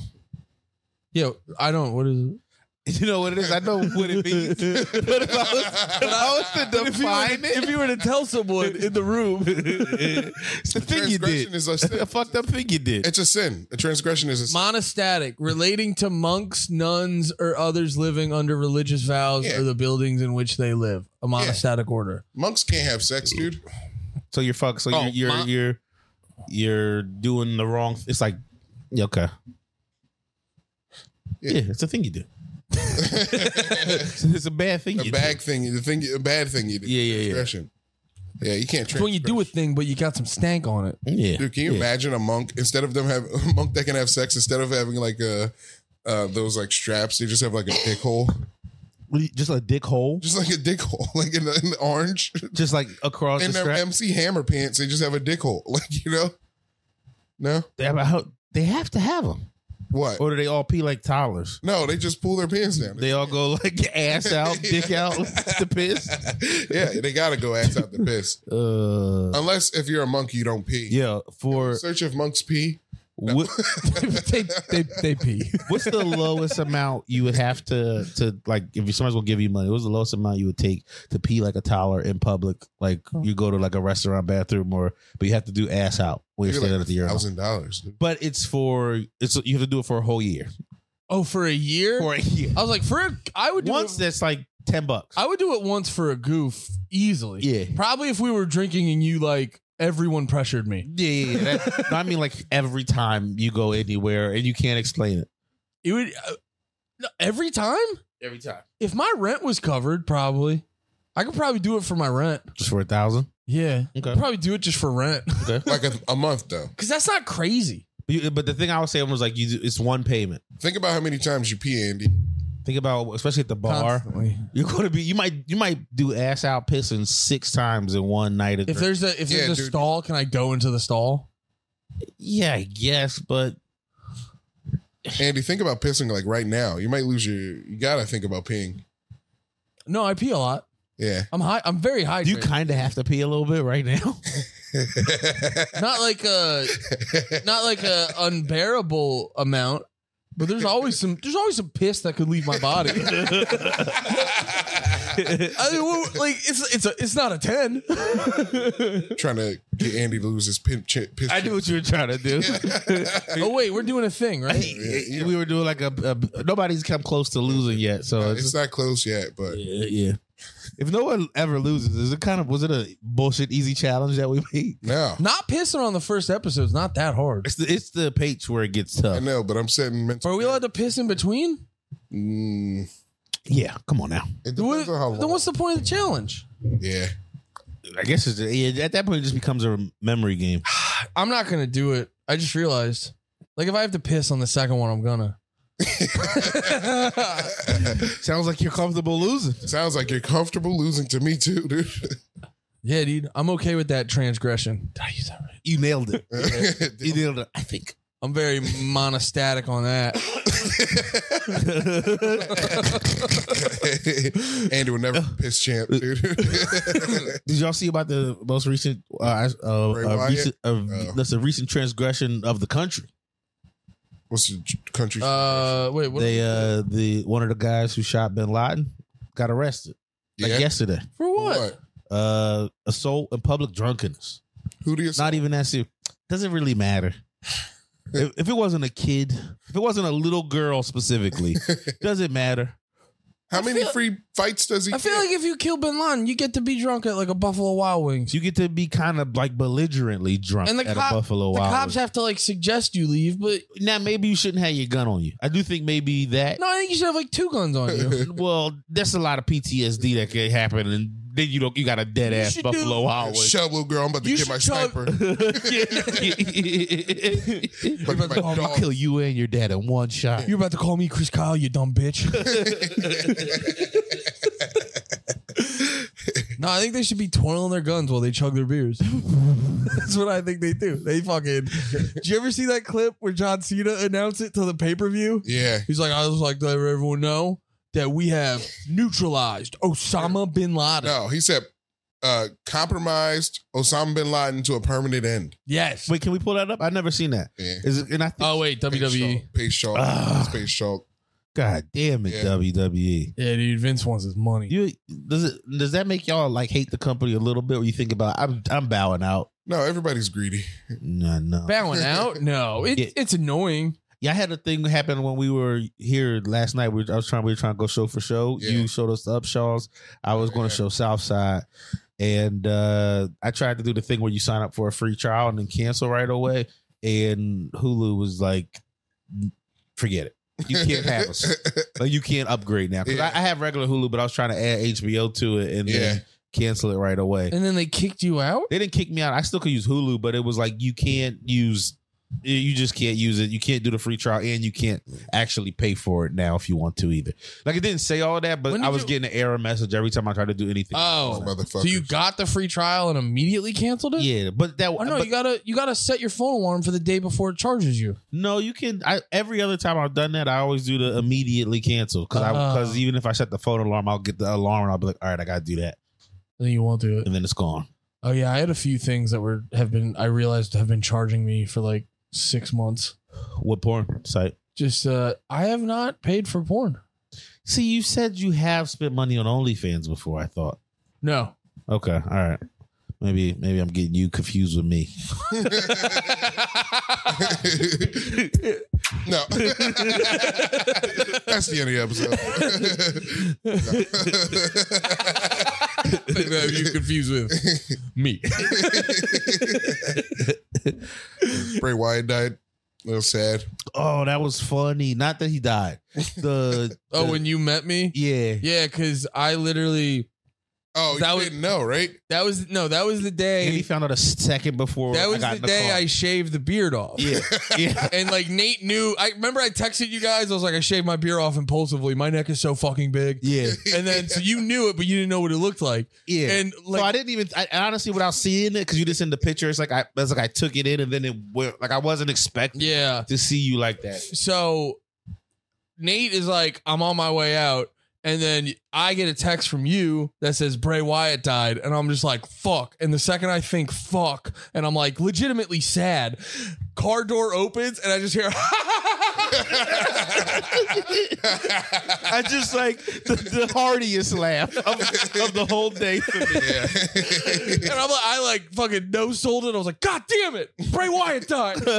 [LAUGHS]
Yo, I don't. What is it?
You know what it is? I know what it means. [LAUGHS] but if I was, if I was to
If you, were
define
to,
it,
if you were to tell someone in the room, [LAUGHS]
it's the thing you
Transgression
did.
is a
The [LAUGHS]
sin.
fucked up thing you did.
It's a sin. A transgression is a sin.
monostatic, relating to monks, nuns, or others living under religious vows
Yeah.
or the buildings in which they live. A monostatic order.
Monks can't have sex, dude.
So you're fucked. So
Oh,
you're you're,
my-
you're you're doing the wrong. It's like yeah, okay. Yeah.
Yeah.
it's a thing
[LAUGHS]
you do. it's a bad thing.
A
you
bad thing. The thing. A bad thing you did.
Yeah, yeah, yeah.
Transgression. Yeah. you can't.
It's when you do a
transgress.
thing, but you got some stank on it. [LAUGHS]
do. Yeah,
Dude, can you
yeah.
imagine a monk instead of them have [LAUGHS] a monk that can have sex instead of having like uh uh, those like straps, they just have like a dick hole,
Really, Just a dick hole,
just like a dick hole, [LAUGHS] like in the, in the orange.
just like across
In
the
their
strap.
MC Hammer pants, they just have a dick hole, [LAUGHS] like you know. No,
They have, a ho- they have to have them,
what?
or do they all pee like toddlers?
No, they just pull their pants down.
They all go like [LAUGHS] ass out, dick out [LAUGHS] to piss.
[LAUGHS] yeah, they gotta go ass out the
[LAUGHS]
piss.
Uh,
Unless if you're a monk, you don't pee.
yeah. For
Search if monks pee.
what,
they, they, they pee.
what's the lowest amount you would have to to like if someone's gonna give you money? What's the lowest amount you would take to pee like a toddler in public? Like
Oh.
you go to like a restaurant bathroom, or but you have to do ass out when you're
You're
standing
like
at the urinal.
Thousand dollars.
But it's for it's you have to do it for a whole year.
Oh, for a year?
For a year.
I was like, for a, I would do
Once
it,
that's like ten bucks.
I would do it once for a goof easily.
Yeah.
Probably if we were drinking and you like everyone pressured me.
Yeah, yeah, yeah.
[LAUGHS]
That- no, I mean, like every time you go anywhere and you can't explain it.
It would uh, no, every time.
Every time,
If my rent was covered, probably I could probably do it for my rent.
just for a thousand.
Yeah,
Okay.
I'd probably do it just for rent [LAUGHS]
Okay.
[LAUGHS] Like a, a month though.
because that's not crazy.
You- But the thing I was saying was like, you, it's one payment.
Think about how many times you pee, Andy.
Think about, especially at the bar,
Constantly.
you're going to be, you might, you might do ass out pissing six times in one night. Of
If
drink.
there's a if there's
Yeah,
a
dude.
stall, can I go into the stall?
yeah, I guess, but
Andy, think about pissing like right now. You might lose your. You gotta think about peeing.
No, I pee a lot.
Yeah. [LAUGHS]
I'm high. I'm very high.
you kind of have to pee a little bit right [LAUGHS] now.
not like a not like a unbearable amount, but there's always some there's always some piss that could leave my body. [LAUGHS] I mean, what- like it's it's a it's not a ten.
Trying to get Andy to lose his pin, ch- piss.
I knew what you were trying to do. [LAUGHS]
oh wait, we're doing a thing, right?
yeah.
We were doing like a, a nobody's come close to losing yet, so it's
It's not close yet, but
Yeah, yeah. If no one ever loses, is it kind of was it a bullshit easy challenge that we made?
now
Not pissing on the first episode is not that hard.
It's the it's the page where it gets
I
tough.
know. But I'm setting mental.
Are we allowed to piss in between?
Mm,
Yeah, come on now.
it
Then what-
depends on how
then
long.
what's the point of the challenge?
Yeah.
I guess it's yeah, at that point it just becomes a memory game.
I'm not gonna do it. I just realized. Like if I have to piss on the second one, I'm gonna.
[SIGHS] Sounds like you're comfortable losing.
Sounds like you're comfortable losing to me too, dude.
yeah, dude. I'm okay with that transgression. Did I use that right?
You nailed [LAUGHS] it. You
Dude. [LAUGHS]
nailed it. I think.
I'm very monostatic on that.
Andy would never piss champ, dude.
Did y'all see about the most recent uh, uh,
Bray
uh
Wyatt?
recent uh,
Oh.
that's a recent transgression of the country?
What's the j- country?
Uh, wait. What,
They uh the one of the guys who shot Bin Laden got arrested like
Yeah?
yesterday.
for what?
Uh, assault and public drunkenness.
Who do you?
It's not even that serious. Doesn't really
[LAUGHS]
matter. If, if it wasn't a kid, if it wasn't a little girl
[LAUGHS]
specifically, doesn't matter.
How
I
many
feel-
free fights does he?
I feel
get?
like if you kill Bin Laden, you get to be drunk at like a Buffalo Wild Wings.
You get to be kind of like belligerently drunk
And the
at
cop-
a Buffalo
the
Wild.
cops
Wings.
have to like suggest you leave, but
now maybe you shouldn't have your gun on you. I do think maybe that.
no, I think you should have like two guns on you. [LAUGHS]
Well, that's a lot of PTSD that could happen, and then you don't. You got a dead ass
should
Buffalo
do-
Wild. [LAUGHS] Wings.
Shut up, little girl. I'm about to
You
get my
should chug-
sniper.
[LAUGHS]
oh,
About to get my
I'm gonna
dog.
kill you and your dad in one shot.
You're about to call me Chris Kyle, you dumb [LAUGHS] bitch. no, I think they should be twirling their guns while they chug their [LAUGHS] beers. That's what I think they do. They fucking. Did you ever see that clip where John Cena announced it to the pay per view?
Yeah.
He's like, I was like, to let everyone know that we have neutralized Osama bin Laden.
No, he said uh, compromised Osama bin Laden to a permanent end.
Yes.
Wait, can we pull that up? I've never seen that.
Yeah.
Is it? And I think,
Oh wait, WWE.
Pace Chalk.
Ah.
It's Pace Chalk.
God damn it,
Yeah.
WWE.
Yeah, dude. Vince wants his money.
You does it? Does that make y'all like hate the company a little bit? Or you think about? I'm I'm bowing out.
No, everybody's greedy.
No, no. [LAUGHS]
Bowing out? No, it,
Yeah.
it's annoying.
Yeah, I had a thing happen when we were here last night. We were, I was trying we were trying to go show for show.
Yeah.
You showed us the Upshaws. I was going
Yeah.
to show Southside, and uh, I tried to do the thing where you sign up for a free trial and then cancel right away. And Hulu was like, "Forget it. You can't have
[LAUGHS]
us. Like, you can't upgrade now." 'Cause
Yeah.
I, I have regular Hulu, but I was trying to add HBO to it and then cancel it right away.
And then they kicked you out.
They didn't kick me out. I still could use Hulu, but it was like you can't use. You just can't use it. You can't do the free trial, and you can't actually pay for it now if you want to either. Like it didn't say all that, but
When
I
did
was
you-
getting an error message every time I tried to do anything.
Oh,
Motherfucker.
so you got the free trial and immediately canceled it?
yeah, but that
Oh no,
but
you gotta you gotta set your phone alarm for the day before it charges you.
no, you can. I, every other time I've done that, I always do the immediately cancel because I
Oh.
because even if I set the phone alarm, I'll get the alarm and I'll be like, all right, I gotta do that,
Then you won't do it.
and then it's gone.
Oh yeah, I had a few things that were have been I realized have been charging me for like six months.
What porn site?
Just uh I have not paid for porn.
See, you said you have spent money on OnlyFans before. I thought.
No.
Okay, all right. Maybe maybe I'm getting you confused with me.
[LAUGHS]
[LAUGHS]
no. That's the end of the episode.
you confused with me.
[LAUGHS] Bray Wyatt died. A little sad.
Oh, that was funny. Not that he died. [LAUGHS] The
Oh,
the-
when you met me?
yeah.
Yeah, because I literally
Oh,
That
you
was-
didn't know, right?
that was no, that was the
And he
day
found out a second before
that was
I got
the,
in
day
car.
I shaved the beard off. [LAUGHS]
yeah yeah.
And like Nate knew, I remember I texted you guys. I was like, I shaved my beard off impulsively. My neck is so fucking big.
Yeah,
And then so you knew it, but you didn't know what it looked like.
yeah.
And like,
so I didn't even. I, and honestly, without seeing it, because you just in the picture, it's like I, it's like I took it in, and then it went. Like I wasn't expecting
yeah.
to see you like that.
so Nate is like, I'm on my way out. And then I get a text from you that says Bray Wyatt died. And I'm just like, fuck. And the second I think fuck, and I'm like legitimately sad, car door opens and I just hear, [LAUGHS]
I just like the, the heartiest laugh of, of the whole day for me.
[LAUGHS]
yeah.
and I'm like, I like fucking no sold it. I was like, God damn it. Bray Wyatt died. I,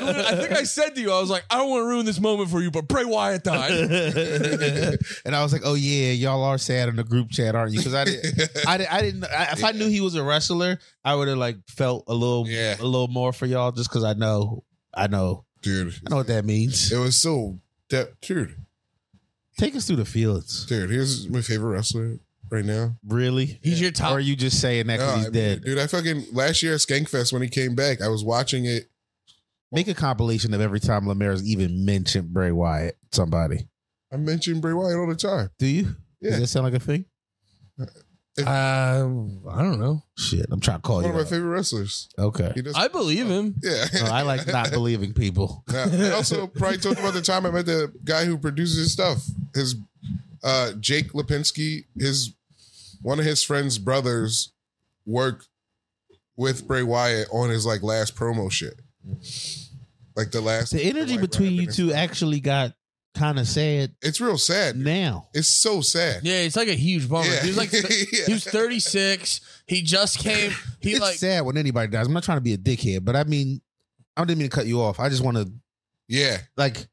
lit- I think I said to you, I was like, I don't want to ruin this moment for you, but Bray Wyatt
[LAUGHS]
died.
and I was like, "Oh yeah, y'all are sad in the group chat, aren't you?" Because I didn't, I, didn't- I didn't. I, if I knew he was a wrestler, I would have like felt a little,
Yeah.
a little more for y'all, just because I know, I know,
dude,
I know what that means.
it was so. That, dude,
Take us through the feelings,
dude, here's my favorite wrestler right now.
really.
He's your
Or are you just saying that because
No,
he's
Oh, I mean,
dead?
Dude, I fucking last year at Skankfest when he came back, I was watching it.
Make a compilation of every time Lemaire's even mentioned Bray Wyatt. Somebody,
I mentioned Bray Wyatt all the time.
do you?
Yeah.
Does that sound like a thing?
Uh, I don't know.
Shit, I'm trying to call
One of
you.
my
out.
favorite wrestlers.
okay,
He does.
I believe him.
yeah.
No, I like not believing people.
[LAUGHS] Now, I also probably talked about the time I met the guy who produces his stuff. His uh Jake Lipinski, his one of his friends' brothers worked with Bray Wyatt on his like last promo shit. Like the last
The energy
Like,
between you
rapping
two actually got kind of sad
it's real sad.
now.
It's so sad.
Yeah, it's like a huge bummer.
Yeah. [LAUGHS]
He was like,
Yeah.
he was 36. He just came. He
it's
like,
sad when anybody dies. I'm not trying to be a dickhead, but I mean, I didn't mean to cut you off. I just want to
Yeah.
like,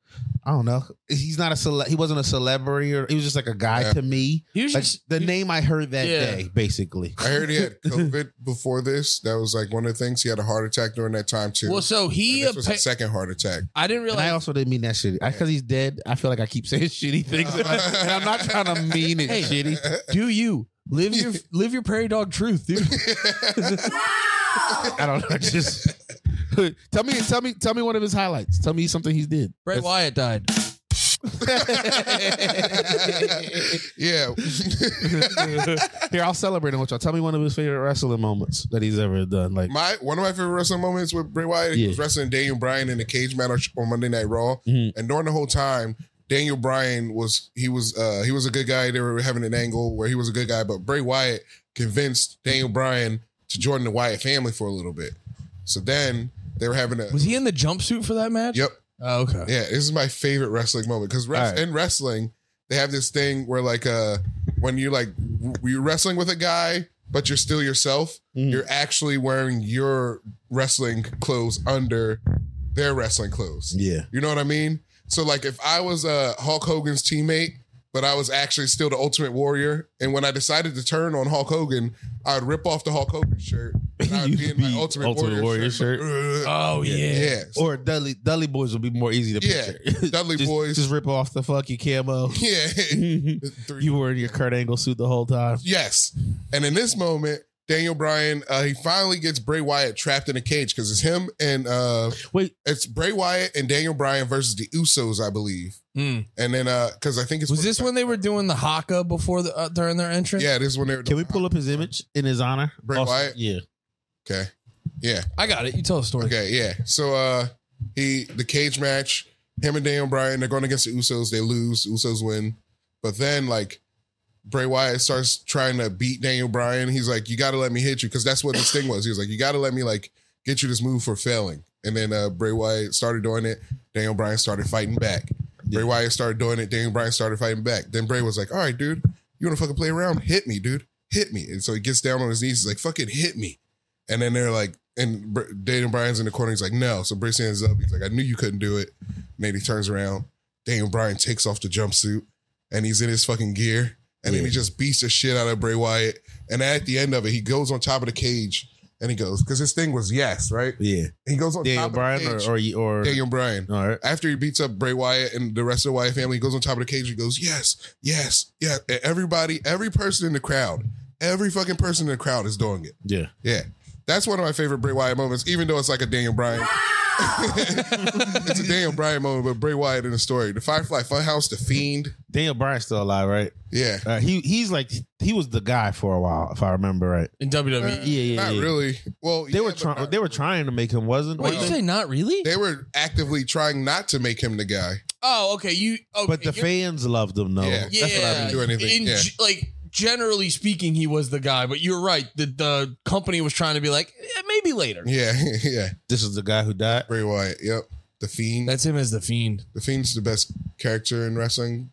I don't know. He's not a cele- He wasn't a celebrity, or he was just like a guy
Yeah.
to me.
he was
Like
just,
the name I heard that
Yeah.
day, basically.
I heard he had COVID before this. That was like one of the things. He had a heart attack during that time too.
well, so
And
he,
this was
appa-
his second heart
[LAUGHS]
attack.
I didn't
And I
realize,
also didn't mean that shitty. Because he's dead, I feel like I keep saying [LAUGHS] shitty things, and I'm not trying to mean it
Hey.
shitty.
do you live your, live your prairie dog truth, dude?
I don't know. [LAUGHS] Just tell me, tell me, tell me one of his highlights. Tell me something he
[LAUGHS]
did.
Bray Wyatt died.
yeah. [LAUGHS]
[LAUGHS] Here, I'll celebrate him with y'all. Tell me one of his favorite wrestling moments that he's ever done. Like,
My one of my favorite wrestling moments with Bray Wyatt, he
Yeah.
was wrestling Daniel Bryan in the cage match on Monday Night Raw,
Mhm.
and during the whole time, Daniel Bryan was he was uh he was a good guy. They were having an angle where he was a good guy, but Bray Wyatt convinced Daniel Bryan to join the Wyatt family for a little bit. So then they were having a
Was he in the jumpsuit for that match?
Yep.
Oh, okay.
Yeah, this is my favorite wrestling moment because
All right.
in wrestling they have this thing where like uh when you like w- you're wrestling with a guy but you're still yourself,
Mhm.
you're actually wearing your wrestling clothes under their wrestling clothes.
Yeah.
You know what I mean? So like if I was uh, Hulk Hogan's teammate, but I was actually still the Ultimate Warrior, and when I decided to turn on Hulk Hogan, I'd rip off the Hulk Hogan shirt.
[LAUGHS]
And I'd
You'd
be in my
be
Ultimate,
Ultimate
Warrior,
Warrior
shirt.
Oh
[LAUGHS]
yeah.
yeah. yeah. So-
Or Dudley Dudley Boys would be more easy to
Yeah,
picture. [LAUGHS]
Dudley
just,
Boys.
Just rip off the fucking camo.
[LAUGHS] yeah.
[LAUGHS] you
Three-
were in your Kurt Angle suit the whole time.
Yes. And in this moment, Daniel Bryan, uh, he finally gets Bray Wyatt trapped in a cage because it's him and uh,
Wait.
it's Bray Wyatt and Daniel Bryan versus the Usos, I believe.
Mm.
And then uh, because I think it's
Was this when they were doing the haka before the, uh, during their entrance?
Yeah, this is when they were.
Can we pull up his image in his honor?
Bray Wyatt?
Yeah.
Okay. Yeah.
I got it. You tell the story.
Okay. Yeah. So uh, he the cage match, him and Daniel Bryan, they're going against the Usos. They lose. The Usos win. But then like Bray Wyatt starts trying to beat Daniel Bryan. He's like, "You got to let me hit you," because that's what this thing was. He was like, "You got to let me like get you this move for failing." And then uh, Bray Wyatt started doing it. Daniel Bryan started fighting back. Bray Wyatt started doing it. Daniel Bryan started fighting back. Then Bray was like, "All right, dude, you want to fucking play around? Hit me, dude. Hit me." And so he gets down on his knees. He's like, "Fucking hit me." And then they're like, and Br- Daniel Bryan's in the corner. He's like, no. So Bray stands up. He's like, I knew you couldn't do it. And then he turns around. Daniel Bryan takes off the jumpsuit and he's in his fucking gear. And then he just beats the shit out of Bray Wyatt. And at the end of it, he goes on top of the cage and he goes, because his thing was yes, right?
Yeah.
He goes on
Daniel
top
Bryan
of the cage.
or or, or
Daniel Bryan
all right.
after he beats up Bray Wyatt and the rest of the Wyatt family, he goes on top of the cage. He goes, "Yes, yes, yeah." And everybody, every person in the crowd, every fucking person in the crowd is doing it.
Yeah.
yeah. That's one of my favorite Bray Wyatt moments, even though it's like a Daniel Bryan. [LAUGHS] it's a Daniel Bryan moment, but Bray Wyatt in the story. The Firefly Funhouse, the Fiend.
Daniel Bryan's still alive, right?
Yeah,
Uh, he he's like he was the guy for a while, if I remember right.
In E.
Uh,
WWE.
Yeah, yeah,
not
yeah.
really. Well,
They were
trying.
trying. They were trying to make him, wasn't?
Wait, you
they?
say not really?
They were actively trying not to make him the guy.
Oh, okay. You. Okay,
But the
you're-
fans loved him though.
Yeah.
Yeah.
That's what I mean.
Do anything,
In
yeah.
g- like generally speaking, he was the guy. But you're right. The the company was trying to be like eh, maybe later.
Yeah, [LAUGHS] yeah.
This is the guy who died.
Bray Wyatt. Yep. The Fiend.
That's him as the fiend.
The Fiend's the best character in wrestling.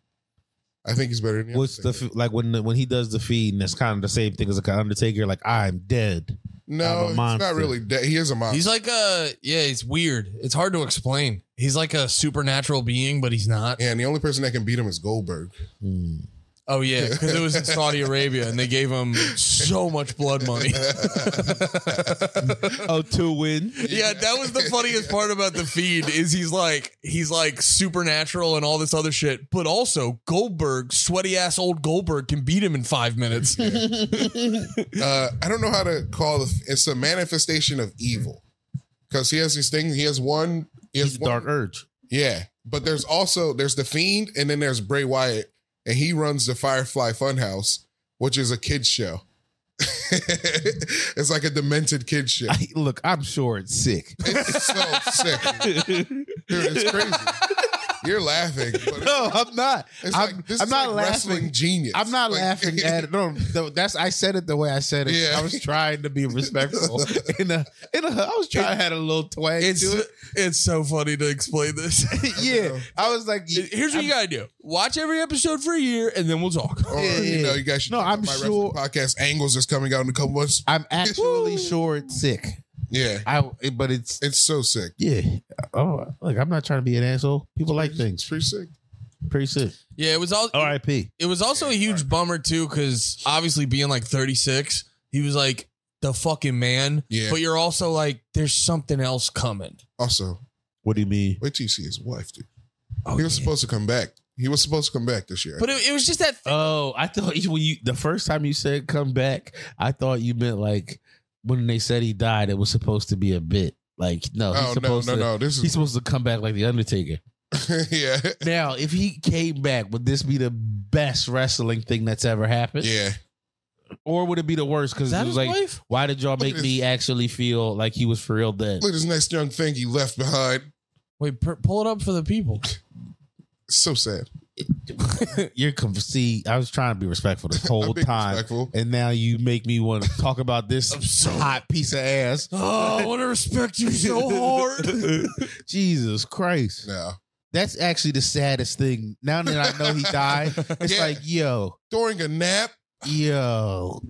I think he's better than the
What's the
Undertaker.
f- like when the, when he does the feed? And that's kind of the same thing as like an Undertaker. Like I'm dead. I'm
no?
a
He's
monster.
not really. Dead. He is a monster.
He's like a yeah. It's weird. It's hard to explain. He's like a supernatural being, but he's not.
and the only person that can beat him is Goldberg. [LAUGHS]
Hmm.
Oh yeah, because it was in Saudi Arabia, and they gave him so much blood [LAUGHS] money.
Oh, to win.
Yeah, that was the funniest part about the feed is he's like he's like supernatural and all this other shit, but also Goldberg, sweaty ass old Goldberg can beat him in five minutes.
Uh, I don't know how to call the. It's a manifestation of evil because he has these things. He has one. He has
He's
one,
dark urge.
Yeah, but there's also there's the Fiend, and then there's Bray Wyatt, and he runs the Firefly Funhouse, which is a kids show. [LAUGHS] it's like a demented kids show.
[LAUGHS] I, look, I'm sure it's [LAUGHS] sick.
It's so sick, dude. It's
[LAUGHS]
crazy. You're laughing, but it's
No, I'm not.
It's
I'm,
like this
I'm
is
not
like wrestling
laughing.
genius.
I'm not
Like- [LAUGHS]
laughing at it. No, no, that's I said it the way I said it.
Yeah.
I was trying to be
[LAUGHS]
respectful. In a, in a, I was trying to have a little twang
It's
to it.
it's so funny to explain this. [LAUGHS]
yeah, I was like,
Here's what you gotta do: watch every episode for a year, and then we'll talk.
Or,
Yeah,
you
yeah.
know, you guys should
No,
check out
I'm
my wrestling
sure-
podcast angles is coming out in a couple months.
I'm actually sure it's sick.
Yeah,
I, but it's
it's so sick.
yeah. Oh, look, I'm not trying to be an asshole. People like
It's
things.
pretty sick.
Pretty sick.
Yeah, it was all.
R.I.P.
It was also a huge bummer too, because obviously being like 36, he was like the fucking man.
Yeah.
But you're also like, there's something else coming.
Also,
What do you mean?
wait till you see his wife, dude.
Oh,
he was
yeah.
supposed to come back. He was supposed to come back this year.
But it, it was just that.
Oh, I thought you, when you the first time you said come back, I thought you meant like when they said he died, it was supposed to be a bit. Like no, he's
oh no,
supposed
no,
to.
no! This
He's
is
supposed to come back like the Undertaker.
[LAUGHS] yeah,
Now, if he came back, would this be the best wrestling thing that's ever happened,
yeah.
or would it be the worst? Because
Is
it
that
was
his
like,
wife?
why did y'all
Look at
make me actually feel like he was for real dead?
Look at this next young thing he left behind.
Wait, per, pull it up for the people.
It's so sad.
You're conf- see, I was trying to be respectful this whole
being
time,
respectful.
and now you make me want to talk about
[LAUGHS]
this hot piece of ass.
[LAUGHS] Oh, I want to respect you so hard.
Jesus Christ,
No.
that's actually the saddest thing. Now that I know he
[LAUGHS]
died, it's
Yeah.
like yo,
During a nap,
yo,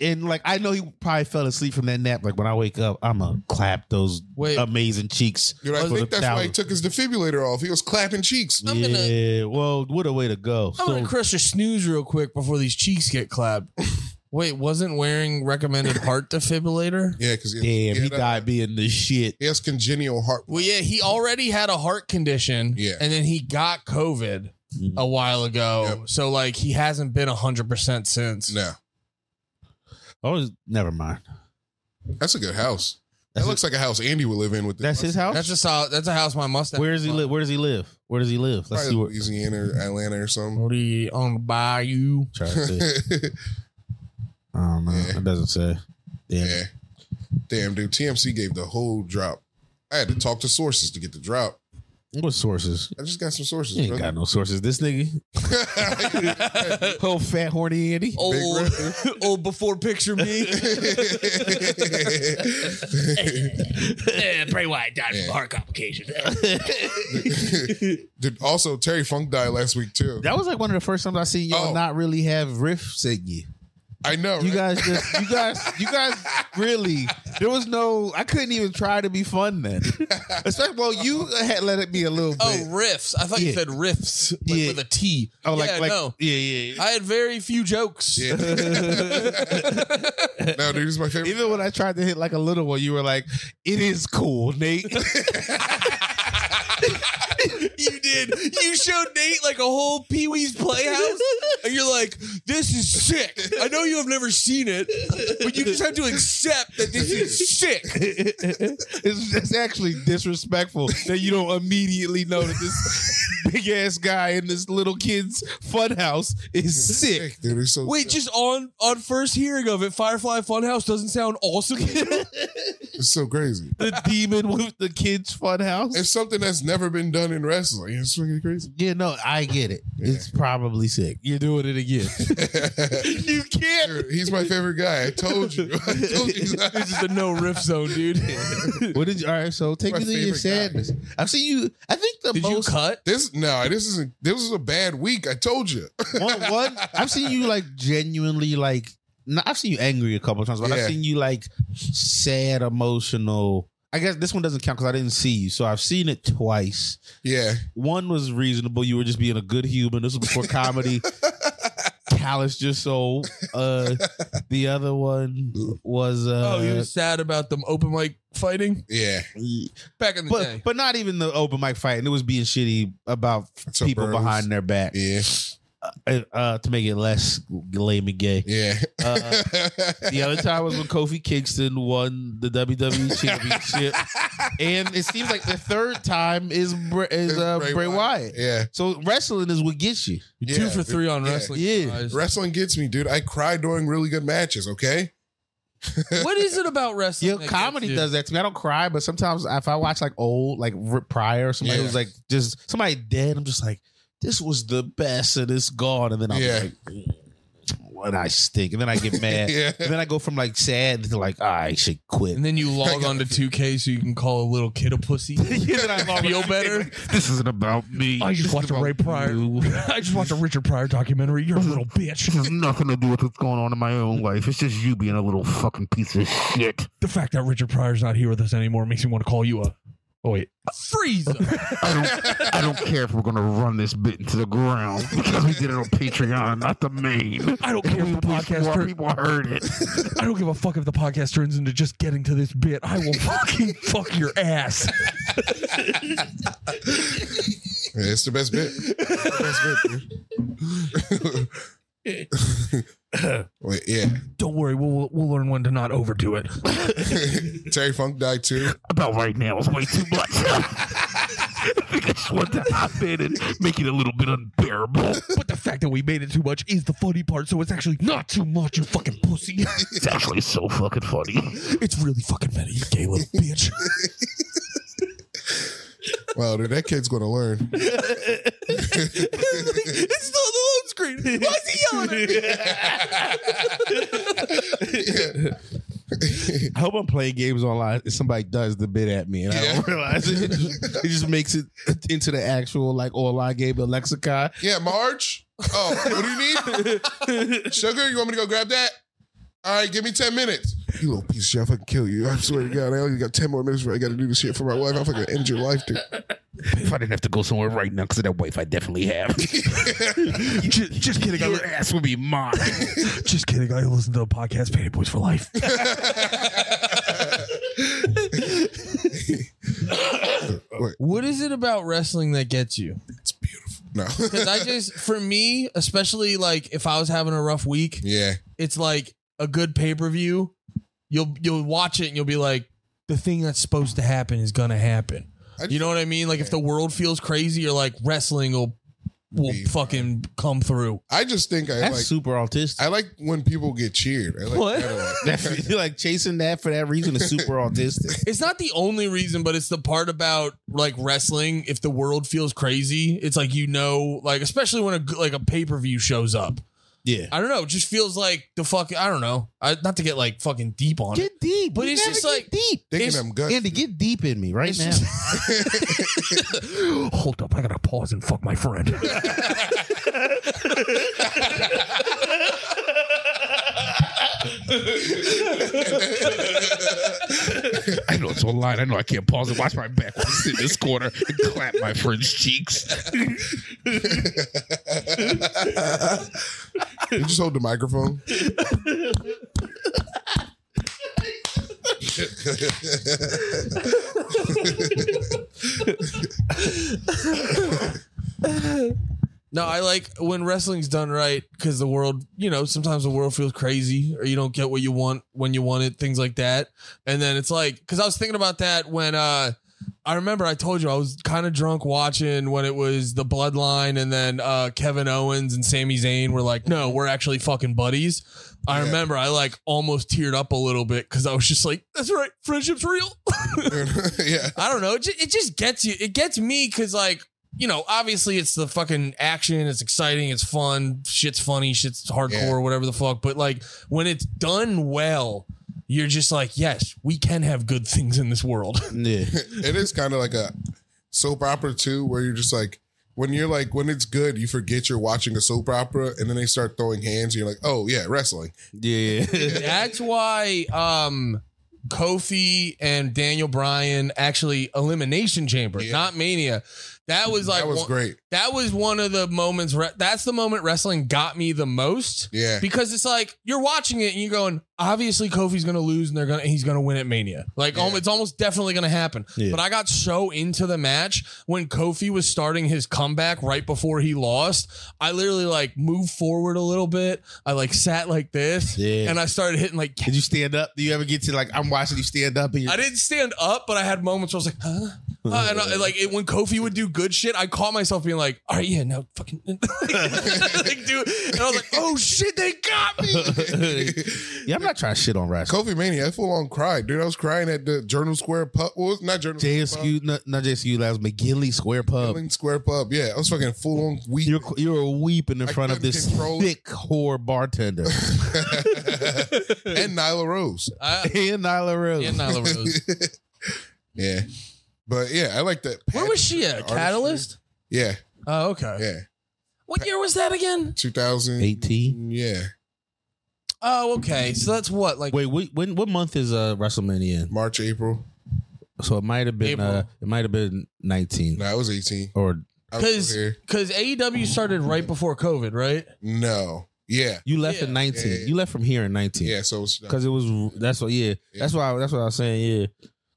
and like I know he probably fell asleep from that nap. Like when I wake up, I'm gonna clap those
[LAUGHS] Wait,
amazing cheeks.
dude, I
Was
think
it
that's why he
thousand?
took his defibrillator off. He was clapping cheeks.
I'm gonna-
yeah, well, what a way to go. So-
I'm gonna crush your snooze real quick before these cheeks get [LAUGHS] clapped. Wait, wasn't wearing recommended [LAUGHS] heart defibrillator?
Yeah, because
Damn, he
had, uh,
died being the shit.
He has congenital heart.
Well, yeah, he already had a heart condition.
Yeah.
And then he got COVID
Mhm.
a while ago.
Yep.
So, like, he hasn't been 100% since.
No,
Oh, never mind.
that's a good house. That
That's
looks like a house Andy would live in with. The
That's his house.
That's a solid, that's a house my mustache.
Where does he live? Where does he live? Where does he live? Let's
Probably
see Oh, where.
Louisiana, or Atlanta, or something.
What do you on the bayou?
Try to see.
[LAUGHS] yeah.
I don't know.
Yeah.
It doesn't say. Yeah.
Damn, dude. TMC gave the whole drop. I had to talk to sources to get the drop.
What sources?
I just got some sources.
He ain't
brother.
got no sources. This nigga.
[LAUGHS]
[LAUGHS]
[LAUGHS]
Oh, fat horny Andy.
Old, [LAUGHS] old Oh, before picture [LAUGHS] me.
Eh, Bray Wyatt died
Yeah.
from heart
[LAUGHS]
complications.
Dude, also, Terry Funk died last week too.
That was like one of the first times I seen y'all
Oh.
not really have riffs in you.
I know.
You
right?
guys just, you guys, you guys
[LAUGHS]
really. There was no. I couldn't even try to be fun then. Especially, well, you had let it be a little bit.
Oh, riffs. I thought you
Yeah.
said riffs like,
Yeah.
with a T.
Oh, like,
yeah,
like,
no.
yeah, yeah. yeah.
I had very few jokes. [LAUGHS]
Yeah. [LAUGHS] no, dude, he's my favorite.
Even when I tried to hit like a little one, you were like, "It is cool, Nate."
You did. You showed Nate like a whole Pee Wee's Playhouse, and you're like, "This is sick." I know you have never seen it, but you just have to accept that this is sick.
it's, it's actually disrespectful that you don't immediately know that this big ass guy in this little kid's funhouse is sick.
Sick, dude. He's so
Wait, just on on first hearing of it, Firefly Funhouse doesn't sound awesome.
it's so crazy.
The demon with the kid's funhouse.
It's something that's never been done in wrestling. It's fucking crazy. [LAUGHS]
yeah, no, I get it. It's probably sick. You're doing it again. [LAUGHS] you can't.
Dude, he's my favorite guy. I told you. [LAUGHS] I told you.
this is the no riff zone, dude.
What did you? All right, so take
My
me to your
favorite guy.
sadness. I've seen you. I think the
[LAUGHS] Did you
most
Uh,
cut?
[LAUGHS] This no, this isn't. This was a bad week. I told you. [LAUGHS]
one, one I've seen you like genuinely like no, I've seen you angry a couple of times, but
Yeah.
I've seen you like sad, emotional. I guess this one doesn't count because I didn't see you. So I've seen it twice.
Yeah,
One was reasonable. You were just being a good human. This was before comedy. Callous your soul. Uh, the other one was uh,
oh, you were sad about them open mic fighting
yeah.
back in the
but
day.
but not even the open mic fight. And it was being shitty about
That's a
people
Burroughs.
behind their back
Yeah,
uh, uh, to make it less lame and gay.
yeah. [LAUGHS]
Uh, The other time was when Kofi Kingston won the WWE Championship, and it seems like the third time is Br- is
It's
uh, Bray, Wyatt.
Yeah,
So wrestling is what gets you.
Two
yeah,
for
dude.
three on
Yeah.
wrestling.
Yeah.
guys.
Wrestling gets me, dude. I cry during really good matches. Okay,
What is it about wrestling?
Yeah,
that
comedy
gets you?
does that to me. I don't cry, but sometimes if I watch like old like Rip Pryor or somebody
Yeah.
who's like just somebody dead, I'm just like, this was the best, and it's gone, and then I'm
Yeah.
like. When I stink, and then I get mad,
Yeah. [LAUGHS]
and then I go from like sad to like I should quit. [LAUGHS]
And then you log on to 2K so you can call a little kid a pussy.
then I log
Feel better.
this isn't about me.
I just watched a Ray Pryor. [LAUGHS] I just watched a Richard Pryor documentary. You're a little bitch.
has nothing to do with what's going on in my own life. It's just you being a little fucking piece of shit.
The fact that Richard Pryor's not here with us anymore makes me want to call you a. Oh wait,
Freeze.
I don't, I don't care if we're gonna run this bit into the ground because we did it on Patreon, not the main.
I don't care
[LAUGHS]
if the podcast.
More
Turn,
people heard it.
I don't give a fuck if the podcast turns into just getting to this bit. I will
[LAUGHS]
fucking fuck your ass.
Yeah, it's the best bit. It's the best bit, dude. [LAUGHS] Wait, yeah.
Don't worry, we'll we'll learn when to not overdo it.
Terry Funk died too.
About right now is way too much. I think I just want to hop in and make it a little bit unbearable.
[LAUGHS] But the fact that we made it too much is the funny part, so it's actually not too much, you fucking pussy.
[LAUGHS]
It's actually so fucking funny.
It's really fucking funny, you gay little [LAUGHS] bitch.
Wow, dude, that kid's gonna learn.
it's still on the load screen. Why is he yelling at me?
I hope I'm playing games online and somebody does the bit at me and I don't
Yeah.
[LAUGHS] realize it. It just, it just makes it into the actual like online game, the lexicon.
Yeah, Marge. Oh, what do you need? Sugar, you want me to go grab that? All right, give me 10 minutes. You little piece of shit, I'll fucking kill you. I swear to God, I only got 10 more minutes before I got to do this shit for my wife. I'll fucking end your life, dude. [LAUGHS]
If I didn't have to go somewhere right now, because of that wife, I definitely
[LAUGHS]
[LAUGHS]
have.
just, just kidding. I,
Your ass will be mine.
just kidding. I listen to the podcast Painted Boys for Life. [GASPS]
What is it about wrestling that gets you?
No. [LAUGHS]
Because I just, for me, especially like if I was having a rough week,
yeah.
it's like a good pay per view. You'll you'll watch it and you'll be like, the thing that's supposed to happen is gonna happen.
I just-
you know what I mean? Like if the world feels crazy, you're like wrestling will will
Be
fucking come through.
I just think I
That's
like
super autistic.
I like when people get cheered. I like
What?
that a lot.
That's, [LAUGHS] you're like chasing that for that reason is
[LAUGHS]
super autistic.
It's not the only reason, but it's the part about like wrestling. If the world feels crazy, it's like you know, like especially when a g- like a pay per view shows up.
Yeah.
I don't know. It just feels like the fuck. I don't know. I, not to get like fucking deep on it.
Get deep.
But
You
it's
never
just
get
like-
deep.
Thinking
It's-
I'm good.
Andy, get deep in me right
It's
now. [LAUGHS]
just- [LAUGHS]
Hold up. I got to pause and fuck my friend.
I know it's online. I know I can't pause and watch my back while I sit in this corner and clap my friend's cheeks.
You just hold the microphone. [LAUGHS]
No, I like when wrestling's done right because the world, you know, sometimes the world feels crazy or you don't get what you want when you want it, things like that. And then it's like, because I was thinking about that when uh, I remember I told you I was kind of drunk watching when it was the Bloodline and then uh, Kevin Owens and Sami Zayn were like, no, we're actually fucking buddies. I
Yeah.
remember I like almost teared up a little bit because I was just like, that's right, friendship's real.
yeah.
I don't know. It just, it just gets you. It gets me because, like, you know, obviously it's the fucking action. It's exciting. It's fun. Shit's funny. Shit's hardcore.
Yeah.
Whatever the fuck. But like when it's done well, you're just like, yes, we can have good things in
[LAUGHS]
this world.
Yeah.
It is kind of like a soap opera too, where you're just like when you're like when it's good, you forget you're watching a soap opera, and then they start throwing hands, and you're like, oh yeah, wrestling. [LAUGHS]
Yeah.
That's why um Kofi and Daniel Bryan actually elimination chamber,
Yeah.
not Mania. That was like
that was
one,
great.
that was one of the moments. Re- that's the moment wrestling got me the most. [LAUGHS]
Yeah.
because it's like you're watching it and you're going, obviously Kofi's gonna lose and they're gonna he's gonna win at Mania. Like
Yeah.
um, it's almost definitely gonna happen.
Yeah.
But I got so into the match when Kofi was starting his comeback right before he lost. I literally like moved forward a little bit. I like sat like this
Yeah.
and I started hitting like.
Did you stand up? Do you ever get to like I'm watching you stand up and you're
I didn't stand up, but I had moments where I was like,
[LAUGHS]
huh? Huh? and I, like it, when Kofi would do good shit, I caught myself being like, all right, yeah, no,
[LAUGHS]
fucking. [LAUGHS] like, dude. And I was like, oh shit,
[LAUGHS]
they got me.
yeah, I'm not trying to shit on wrestling.
Kofi Mania, I full on cried, dude. I was crying at the Journal Square Pub. What was not Journal
JSU, not, not JSU, that was McGinley Square
Pub,
Pub.
Journal Square Pub. Yeah, I was fucking full on weak.
You're you're weeping in
I
front of
couldn't
this
control it.
thick whore
[LAUGHS]
bartender [LAUGHS]
and Nyla Rose.
I,
and Nyla Rose.
and Nyla Rose.
Yeah, but yeah, I like that.
Where was she at?
Artistry.
Catalyst?
Yeah,
Oh, okay.
yeah,
What year was that again?
2000.
18.
Yeah,
Oh, okay. So that's what, like
Wait, wait, when what month is uh WrestleMania in?
March, April.
So it might have been uh,
April.
it might have been 19
No, I was 18.
or
I was still
'Cause-
here.
because AEW started right before COVID, right?
No, yeah,
you left
Yeah.
in 19.
Yeah, yeah.
You left from here in 19.
yeah. So it's [LAUGHS]
Cuz it was that's what yeah.
Yeah.
That's why that's what I was saying, yeah.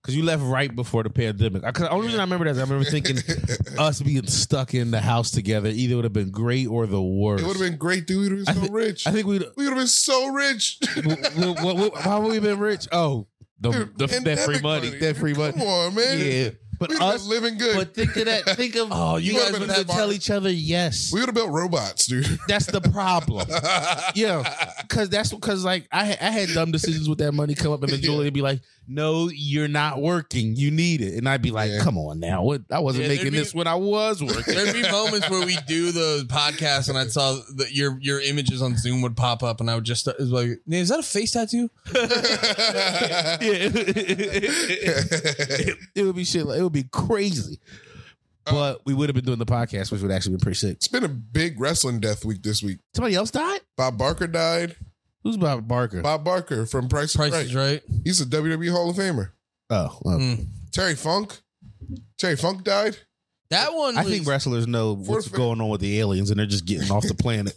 Cuz you left right before the pandemic. I, 'cause the only reason I remember that is I
[LAUGHS]
remember thinking us being stuck in the house together either would have been great or the worst.
It would have been great, dude. We would have been so rich.
I think we'd
we would have been so rich.
w- w- w- why would we have been rich? Oh, [LAUGHS] the,
Dude,
the, that
pandemic
free money, that free money.
Come on, man.
Yeah, but
we would have
us.
been living good.
But think of that. Think of
Oh, you
guys
would
would
have
have-
tell each other yes.
we would have built robots,
[LAUGHS]
dude. [LAUGHS]
That's the [LAUGHS] problem. yeah, because that's because like I ha- I had dumb decisions with that money come up and then
Yeah.
Julie would be like, no, you're not working. You need it. And I'd be like,
Yeah.
come on now. What I wasn't
Yeah, there'd
making
be-
this when I was working.
There'd be moments where we do the podcast, and I saw that your your images on Zoom would pop up, and I would just it was like, "Man, is that a face tattoo?"
[LAUGHS] Yeah. it, [LAUGHS] it would be shit. Like, it would be crazy. But we would have been doing the podcast, which would actually been pretty sick.
it's been a big wrestling death week this week.
Somebody else died?
Bob Barker died.
Who's Bob Barker?
Bob Barker from Price, is
Price
Right.
is right.
He's a WWE Hall of Famer.
Oh, well,
Mm.
Terry Funk. Terry Funk
[LAUGHS]
died.
That one,
I
was-
think wrestlers know what's
Forfeit.
going on with the aliens, and they're just getting [LAUGHS] off the planet.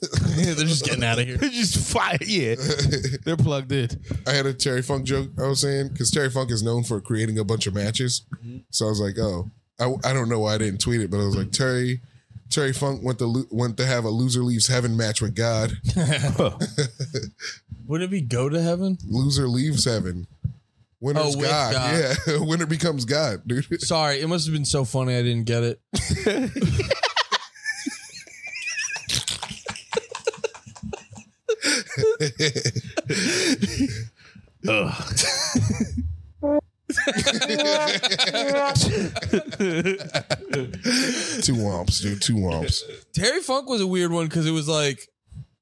[LAUGHS]
they're just getting out of here.
they're just fire. Yeah,
I
they're plugged [LAUGHS] in.
had a Terry Funk joke I was saying because Terry Funk is known for creating a bunch of matches.
Mm-hmm.
So I was like, oh, I, I don't know why I didn't tweet it, but I was like, Terry. Terry Funk went to lo- went to have a loser leaves heaven match with God.
Wouldn't it be go to heaven?
Loser leaves heaven. Winner's
Oh, with
God.
God.
Yeah, [LAUGHS] winner becomes God, dude.
Sorry, it must have been so funny I didn't get it.
Two womps, dude. Two [LAUGHS] womps.
Terry Funk was a weird one because it was like.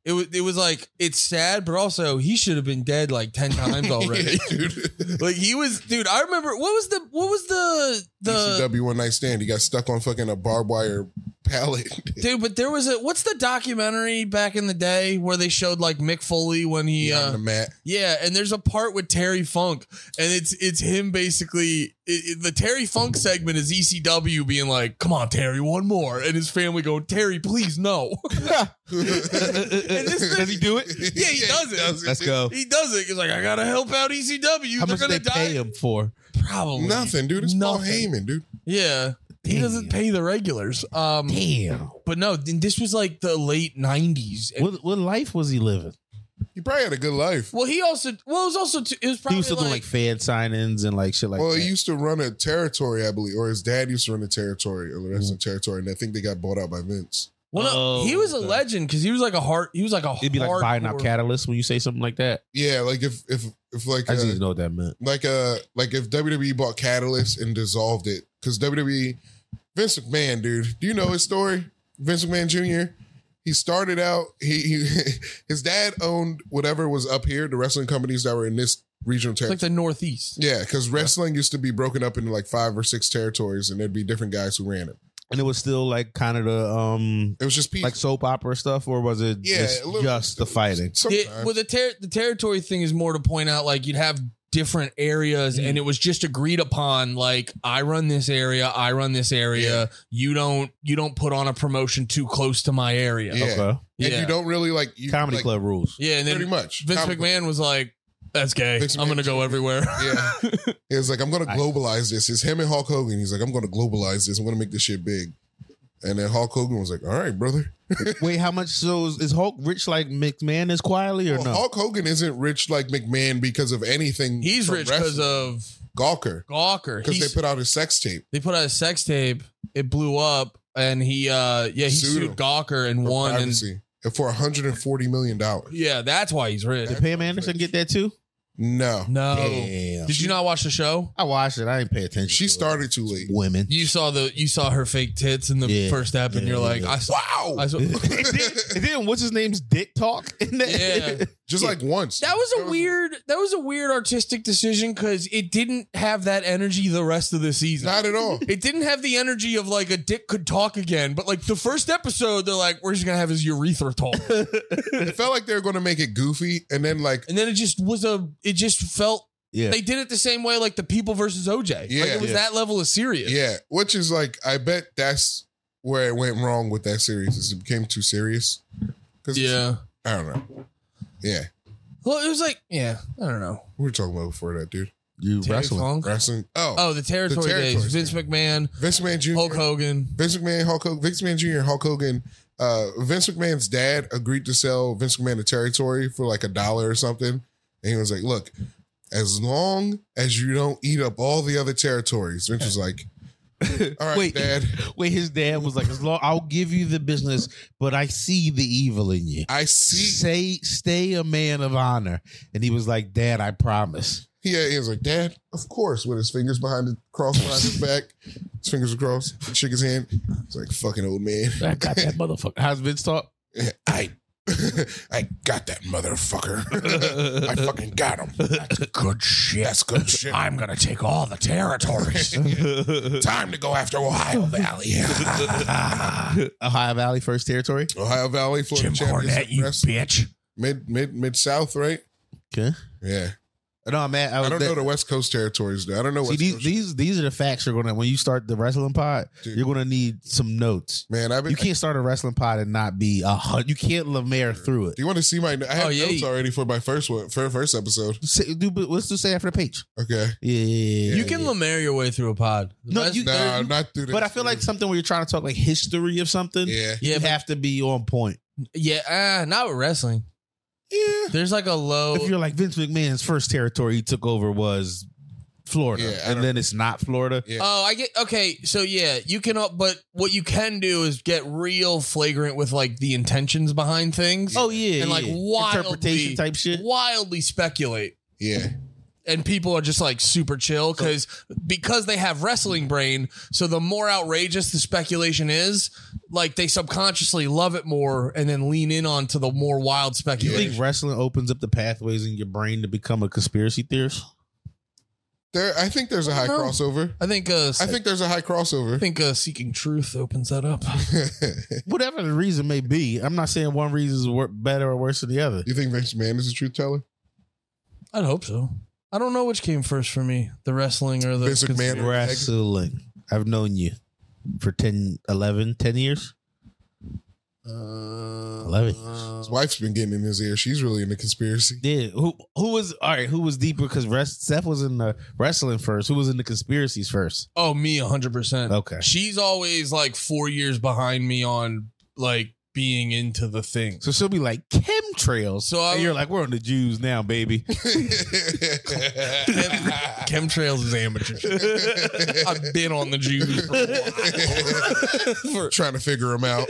It was, it was like it's sad, but also he should have been dead like ten
[LAUGHS]
times already.
dude.
Like he was, dude. I remember what was the what was the the
ECW E one night stand. He got stuck on fucking a barbed wire pallet. [LAUGHS]
dude? But there was a what's the documentary back in the day where they showed like Mick Foley when he
on
uh,
the mat. [LAUGHS]
yeah, and there's a part with Terry Funk, and it's it's him basically. It, it- the Terry Funk segment is ECW being like, "Come on, Terry, one more," and his family going, "Terry, please, no." [LAUGHS] this
Does he do it? [LAUGHS]
yeah, he does it.
Let's go.
He does it. He's like, "I gotta help out ECW.
How
They're
much
gonna
they
die."
pay him for?
Probably
Nothing, dude. It's Paul
Nothing.
Heyman, dude.
Yeah. He doesn't
Damn.
pay the regulars. Um,
Damn.
but no, th- this was like the late nineties.
What, what life was he living?
He probably had a good life.
Well, he also well it was also t- it was
He
probably
was still doing like
like,
fan sign-ins and like shit like
well,
that.
he used to run a territory, I believe, or his dad used to run a territory, or the
Mm.
rest of the territory, and I think they got bought out by Vince.
well, no,
Oh,
he was a
okay.
legend because he was like a heart. He was like a
It'd be like buying out
hardcore-
catalysts when you say something like that.
Yeah, like if if if like
I just
uh,
didn't know what that meant.
like uh like if WWE bought Catalyst and dissolved it because WWE E, Vince McMahon, dude, do you know his story? Vince McMahon Jr. He started out. He, he [LAUGHS] his dad owned whatever was up here, the wrestling companies that were in this regional
It's like
territory.
the Northeast.
yeah, because wrestling used to be broken up into like five or six territories, and there'd be different guys who ran it.
And it was still like kind of the um
It was just people.
like soap opera stuff, or was it
Yeah,
just,
a little-
just the fighting?
Sometimes.
Yeah, well, the ter- the territory thing is more to point out like you'd have different areas,
Mm.
and it was just agreed upon. Like I run this area, I run this area. You don't you don't put on a promotion too close to my area.
Yeah.
Okay.
and
yeah.
you don't really like you,
Comedy
like,
club rules.
[LAUGHS]
Yeah, and
Pretty
then
much.
Vince
Comedy club.
McMahon was like, "That's gay.
Vince
I'm gonna
McMahon-
go everywhere." [LAUGHS]
Yeah. It was like, I'm going to
I-
globalize this. It's him and Hulk Hogan. He's like, I'm going to globalize this. I'm going to make this shit big. And then Hulk Hogan was like, all right, brother.
Wait, how much? So is, is Hulk rich like McMahon is quietly or
Well,
no?
Oh, Hulk Hogan isn't rich like McMahon because of anything.
He's
from
rich because
wrestling.
of
Gawker.
Gawker.
Because
He
they
put,
put out his sex tape.
they put out a sex tape. It blew up, and he uh yeah he
Sued
sued,
him
Gawker and
for
won, and
privacy. And for $140 million.
yeah, that's why he's rich.
Did Pam Anderson get that too?
No.
No,
Damn.
did you not watch the show?
I watched it. I didn't pay attention.
She
to it.
started too late.
women.
You saw the you saw her fake tits in the
Yeah.
first step, and
Yeah,
you're
yeah,
like,
yeah.
I saw.
Wow.
[LAUGHS]
I saw
and, then, and then what's his name's dick talk? In that?
Yeah.
Just like once.
That was a weird. That was a weird artistic decision because it didn't have that energy the rest of the season.
Not at all.
It didn't have the energy of like a dick could talk again, but like the first episode, they're like, we're just gonna have his urethra talk, and
It felt like they were going to make it goofy. And then, like,
then it just was a. It just felt
[LAUGHS] yeah.
they did it the same way like the people versus OJ.
Yeah.
like it was
Yeah.
that level of serious.
Yeah, which is like I bet that's where it went wrong with that series. Is it became too serious? Cause it's-
yeah.
I don't know. Yeah,
Well, it was like yeah, I don't know.
we were talking about before that, dude.
you
Terry Funk?
Wrestling. Oh,
Oh, the territory days.
territories,
Vince
yeah.
McMahon,
Vince McMahon Jr.
Hulk Hogan.
Vince McMahon, Hulk Hogan, Vince McMahon Jr. Hulk Hogan. Uh, Vince McMahon's dad agreed to sell Vince McMahon the territory for like a dollar or something, and he was like, "Look, as long as you don't eat up all the other territories," Vince was like, "All right,
Wait.
Dad,
Wait, his dad was like, "As long I'll give you the business, but I see the evil in you.
I see."
Say, stay a man of honor." And he was like, "Dad, I promise."
Yeah, he was like, Dad, of course, with his fingers behind the cross behind his back. His fingers across, shook his hand. It's like fucking old man.
I got that motherfucker. [LAUGHS] How's Vince talk?
I [LAUGHS] I got that motherfucker. [LAUGHS] I fucking got him. That's good shit. That's good shit.
I'm gonna take all the territories.
Time to go after Ohio Valley.
Ohio Valley First Territory.
Ohio Valley, Florida
Jim
championship
Cornette, you
wrestling.
bitch.
Mid mid mid south, right?
Okay.
Yeah.
No, man.
I don't
that-
know the West Coast territories though. I don't know
See
West
these,
Coast.
these these are the facts you're gonna when you start the wrestling pod,
Dude.
you're gonna need some notes.
man, I've been
You can't start a wrestling pod and not be a hun- you can't Lemaire through it.
do you want to see my? I have
Oh, yeah,
notes
you-
already for my first one, for first episode.
Say, do, but let's just say after the page.
Okay,
Yeah, yeah, yeah, yeah,
You can
yeah.
lemaire your way through a pod. The
No,
best-
you-
no,
there-
not through.
but
this.
I feel like something where you're trying to talk like history of something.
yeah,
yeah,
you
but-
have to be on point.
yeah, uh, not with wrestling.
yeah,
There's like a low.
If you're like Vince McMahon's first territory he took over was Florida,
Yeah, I don't-
and then it's not Florida.
yeah.
Oh, I get okay. So yeah, you can. all- But what you can do is get real flagrant with like the intentions behind things.
Oh yeah,
and like
yeah.
wildly
interpretation type shit.
wildly speculate,
yeah.
and people are just like super chill because because they have wrestling brain. So the more outrageous the speculation is, like they subconsciously love it more, and then lean in on to the more wild
Do you
speculation.
think wrestling opens up the pathways in your brain to become a conspiracy theorist?
There, I think there's a high
No.
crossover.
I think. Uh,
I think there's a high crossover.
I think uh, seeking truth opens that up.
Whatever the reason may be, I'm not saying one reason is wor- better or worse than the other.
[LAUGHS] you think Vince Man is a truth teller?
I'd hope so. I don't know which came first for me, the wrestling or the
Vince McMahon.
conspiracy.
Wrestling. I've known you for 10, 11, 10 years.
Uh,
11.
His wife's been getting in his ear. She's really into
[LAUGHS]
conspiracy. [LAUGHS]
Yeah. Who who was all right? Who was deeper? Because rest, Seth was in the wrestling first. Who was in the conspiracies first?
Oh, me, 100%.
Okay.
She's always like four years behind me on like being into the thing.
So she'll be like chemtrails.
So
So
I-
and you're like, we're on the Jews now, baby.
Chem- chemtrails is amateur. shit. I've been on the
[LAUGHS]
Jews for a while.
Trying to figure him out.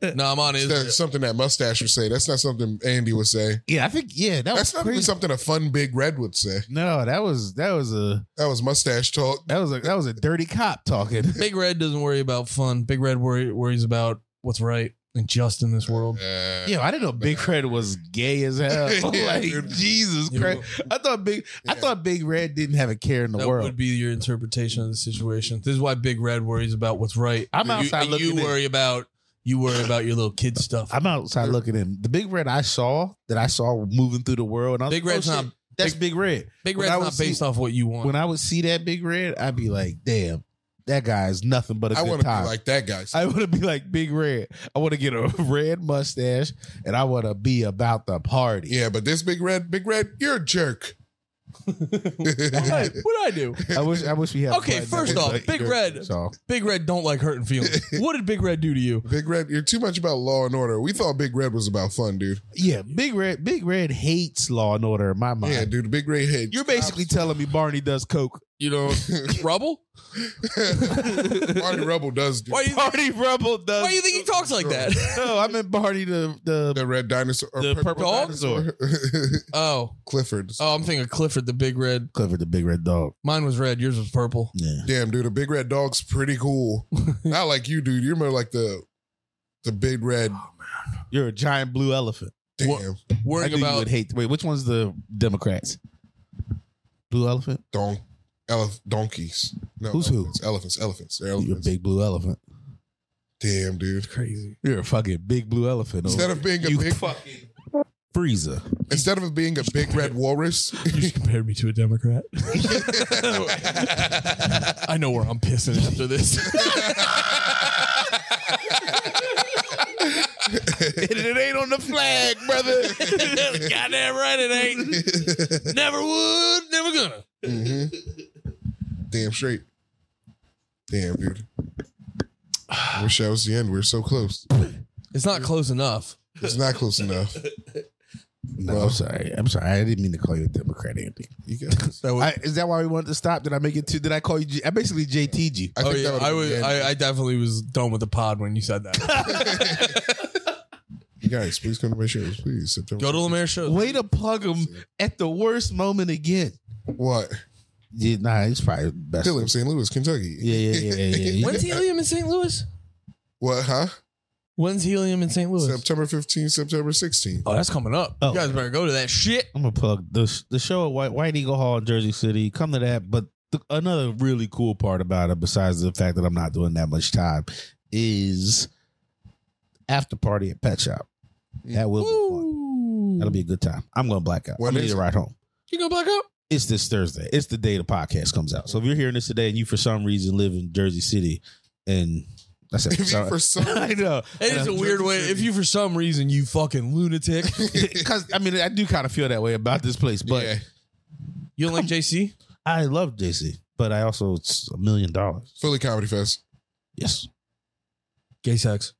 For- no, I'm on Israel.
That's something that mustache would say. That's not something Andy would say.
yeah, I think yeah, that was
That's not even
crazy.
something a fun big red would say.
no, that was that was a
That was mustache talk.
that was a that was a dirty cop talking. [LAUGHS]
Big Red doesn't worry about fun. Big Red worry, worries about what's right and just in this world.
Uh,
Yeah, I didn't know Big Red was gay as hell.
Yeah,
[LAUGHS] like
dude.
Jesus
Yeah.
Christ, I thought Big, I
Yeah.
thought Big Red didn't have a care in the
That
world.
would be your interpretation of the situation. This is why Big Red worries about what's right.
I'm
You-
outside
you,
looking in.
worry about you worry about your little kid stuff.
I'm outside looking in. The Big Red I saw that I saw moving through the world, and I was
Big
like, oh,
Red's
shit,
not-
That's Big, Red.
Big
when
Red's
I would
not based
see-
off what you want.
When I would see that Big Red, I'd be like, damn, that guy's nothing but a
I
good
want to
time.
be like that guy.
I want to be like Big Red. I want to get a [LAUGHS] red mustache, and I want to be about the party.
yeah, but this big red, big red, you're a
[LAUGHS]
jerk.
what would I do?
I wish. I wish we had. a
Okay,
button that
first
was
off,
like
Big
dirt.
Red.
So
Big Red don't like
[LAUGHS]
hurting feelings. what did Big Red do to you?
Big Red, you're too much about law and order. We thought Big Red was about fun, dude.
yeah, Big Red. Big Red hates law and order. In my mind,
Yeah, dude, Big Red [LAUGHS] head.
you're basically telling me Barney does coke.
You know, [LAUGHS] rubble.
Barney Rebel does do
Why you
Barney Rebel does.
why do you think he talks like that?
No, I meant Barney the the
the red dinosaur. or
the purple
dog?
dinosaur.
[LAUGHS] Oh,
[LAUGHS] Clifford.
oh, I'm thinking of Clifford the Big Red.
Clifford the big red dog.
Mine was red. Yours was purple.
Yeah.
Damn, dude, a big red dog's pretty
[LAUGHS]
cool. Not like you, dude. You're more like the the big red.
You're a giant blue elephant.
Damn,
I
Worrying
knew you
about
would hate. Wait, which one's the Democrats? Blue elephant.
donk, elef- donkeys. No,
Who's who?
elephants, Elephants, elephants. They're
You're a
elephants.
big blue elephant.
Damn, dude.
crazy.
You're a fucking big blue elephant.
Instead of being a big,
Frieza.
instead of being a big red [LAUGHS] walrus,
You just compared me to a Democrat. I know where I'm pissing [LAUGHS] after this.
[LAUGHS] and it ain't on the flag, brother. [LAUGHS]
Goddamn right it ain't. Never would, never gonna.
hmm damn straight. Damn, dude. Wish that was the end. We are so close.
It's not close enough.
It's not close enough.
No, I'm sorry. I'm sorry. I didn't mean to call you a Democrat, Andy.
You guys.
That was,
I, is that why we wanted to stop? Did I make it too? Did I call you? G- I basically JT'd you.
I
oh
think
yeah,
that would've
I
been
was.
the end.
[LAUGHS] I, I definitely was done with the pod when you said that.
guys, please come to my shows, please. September.
Go to Lemare shows.
Way to plug him at the worst moment again.
what?
Yeah, nah, he's probably best.
Still in St. Louis, Kentucky.
Yeah, yeah, yeah, yeah, [LAUGHS] yeah. You-
When's helium in St. Louis?
What? Huh?
When's helium in St. Louis?
September 15th, September 16th.
Oh, that's coming up.
Oh.
You guys better go to that shit.
I'm gonna plug the the show at White, White Eagle Hall in Jersey City. Come to that. But the, another really cool part about it, besides the fact that I'm not doing that much time, is after party at Pet Shop. That will be fun. That'll be a good time. I'm gonna black out.
When
I'm gonna
is
need a
it?
ride home.
You go black out?
It's this Thursday. It's the day the podcast comes out. So if you're hearing this today and you for some reason live in Jersey City, and I
[LAUGHS]
said
[LAUGHS] If you for
[LAUGHS]
some
[LAUGHS] I know
It is a weird way. If you, for some reason, you fucking [LAUGHS] lunatic,
[LAUGHS] because I mean I do kind of feel that way about this place, but.
Yeah.
you don't like JC?
I love JC, but I also it's a million dollars.
Philly Comedy Fest.
Yes.
Gay sex.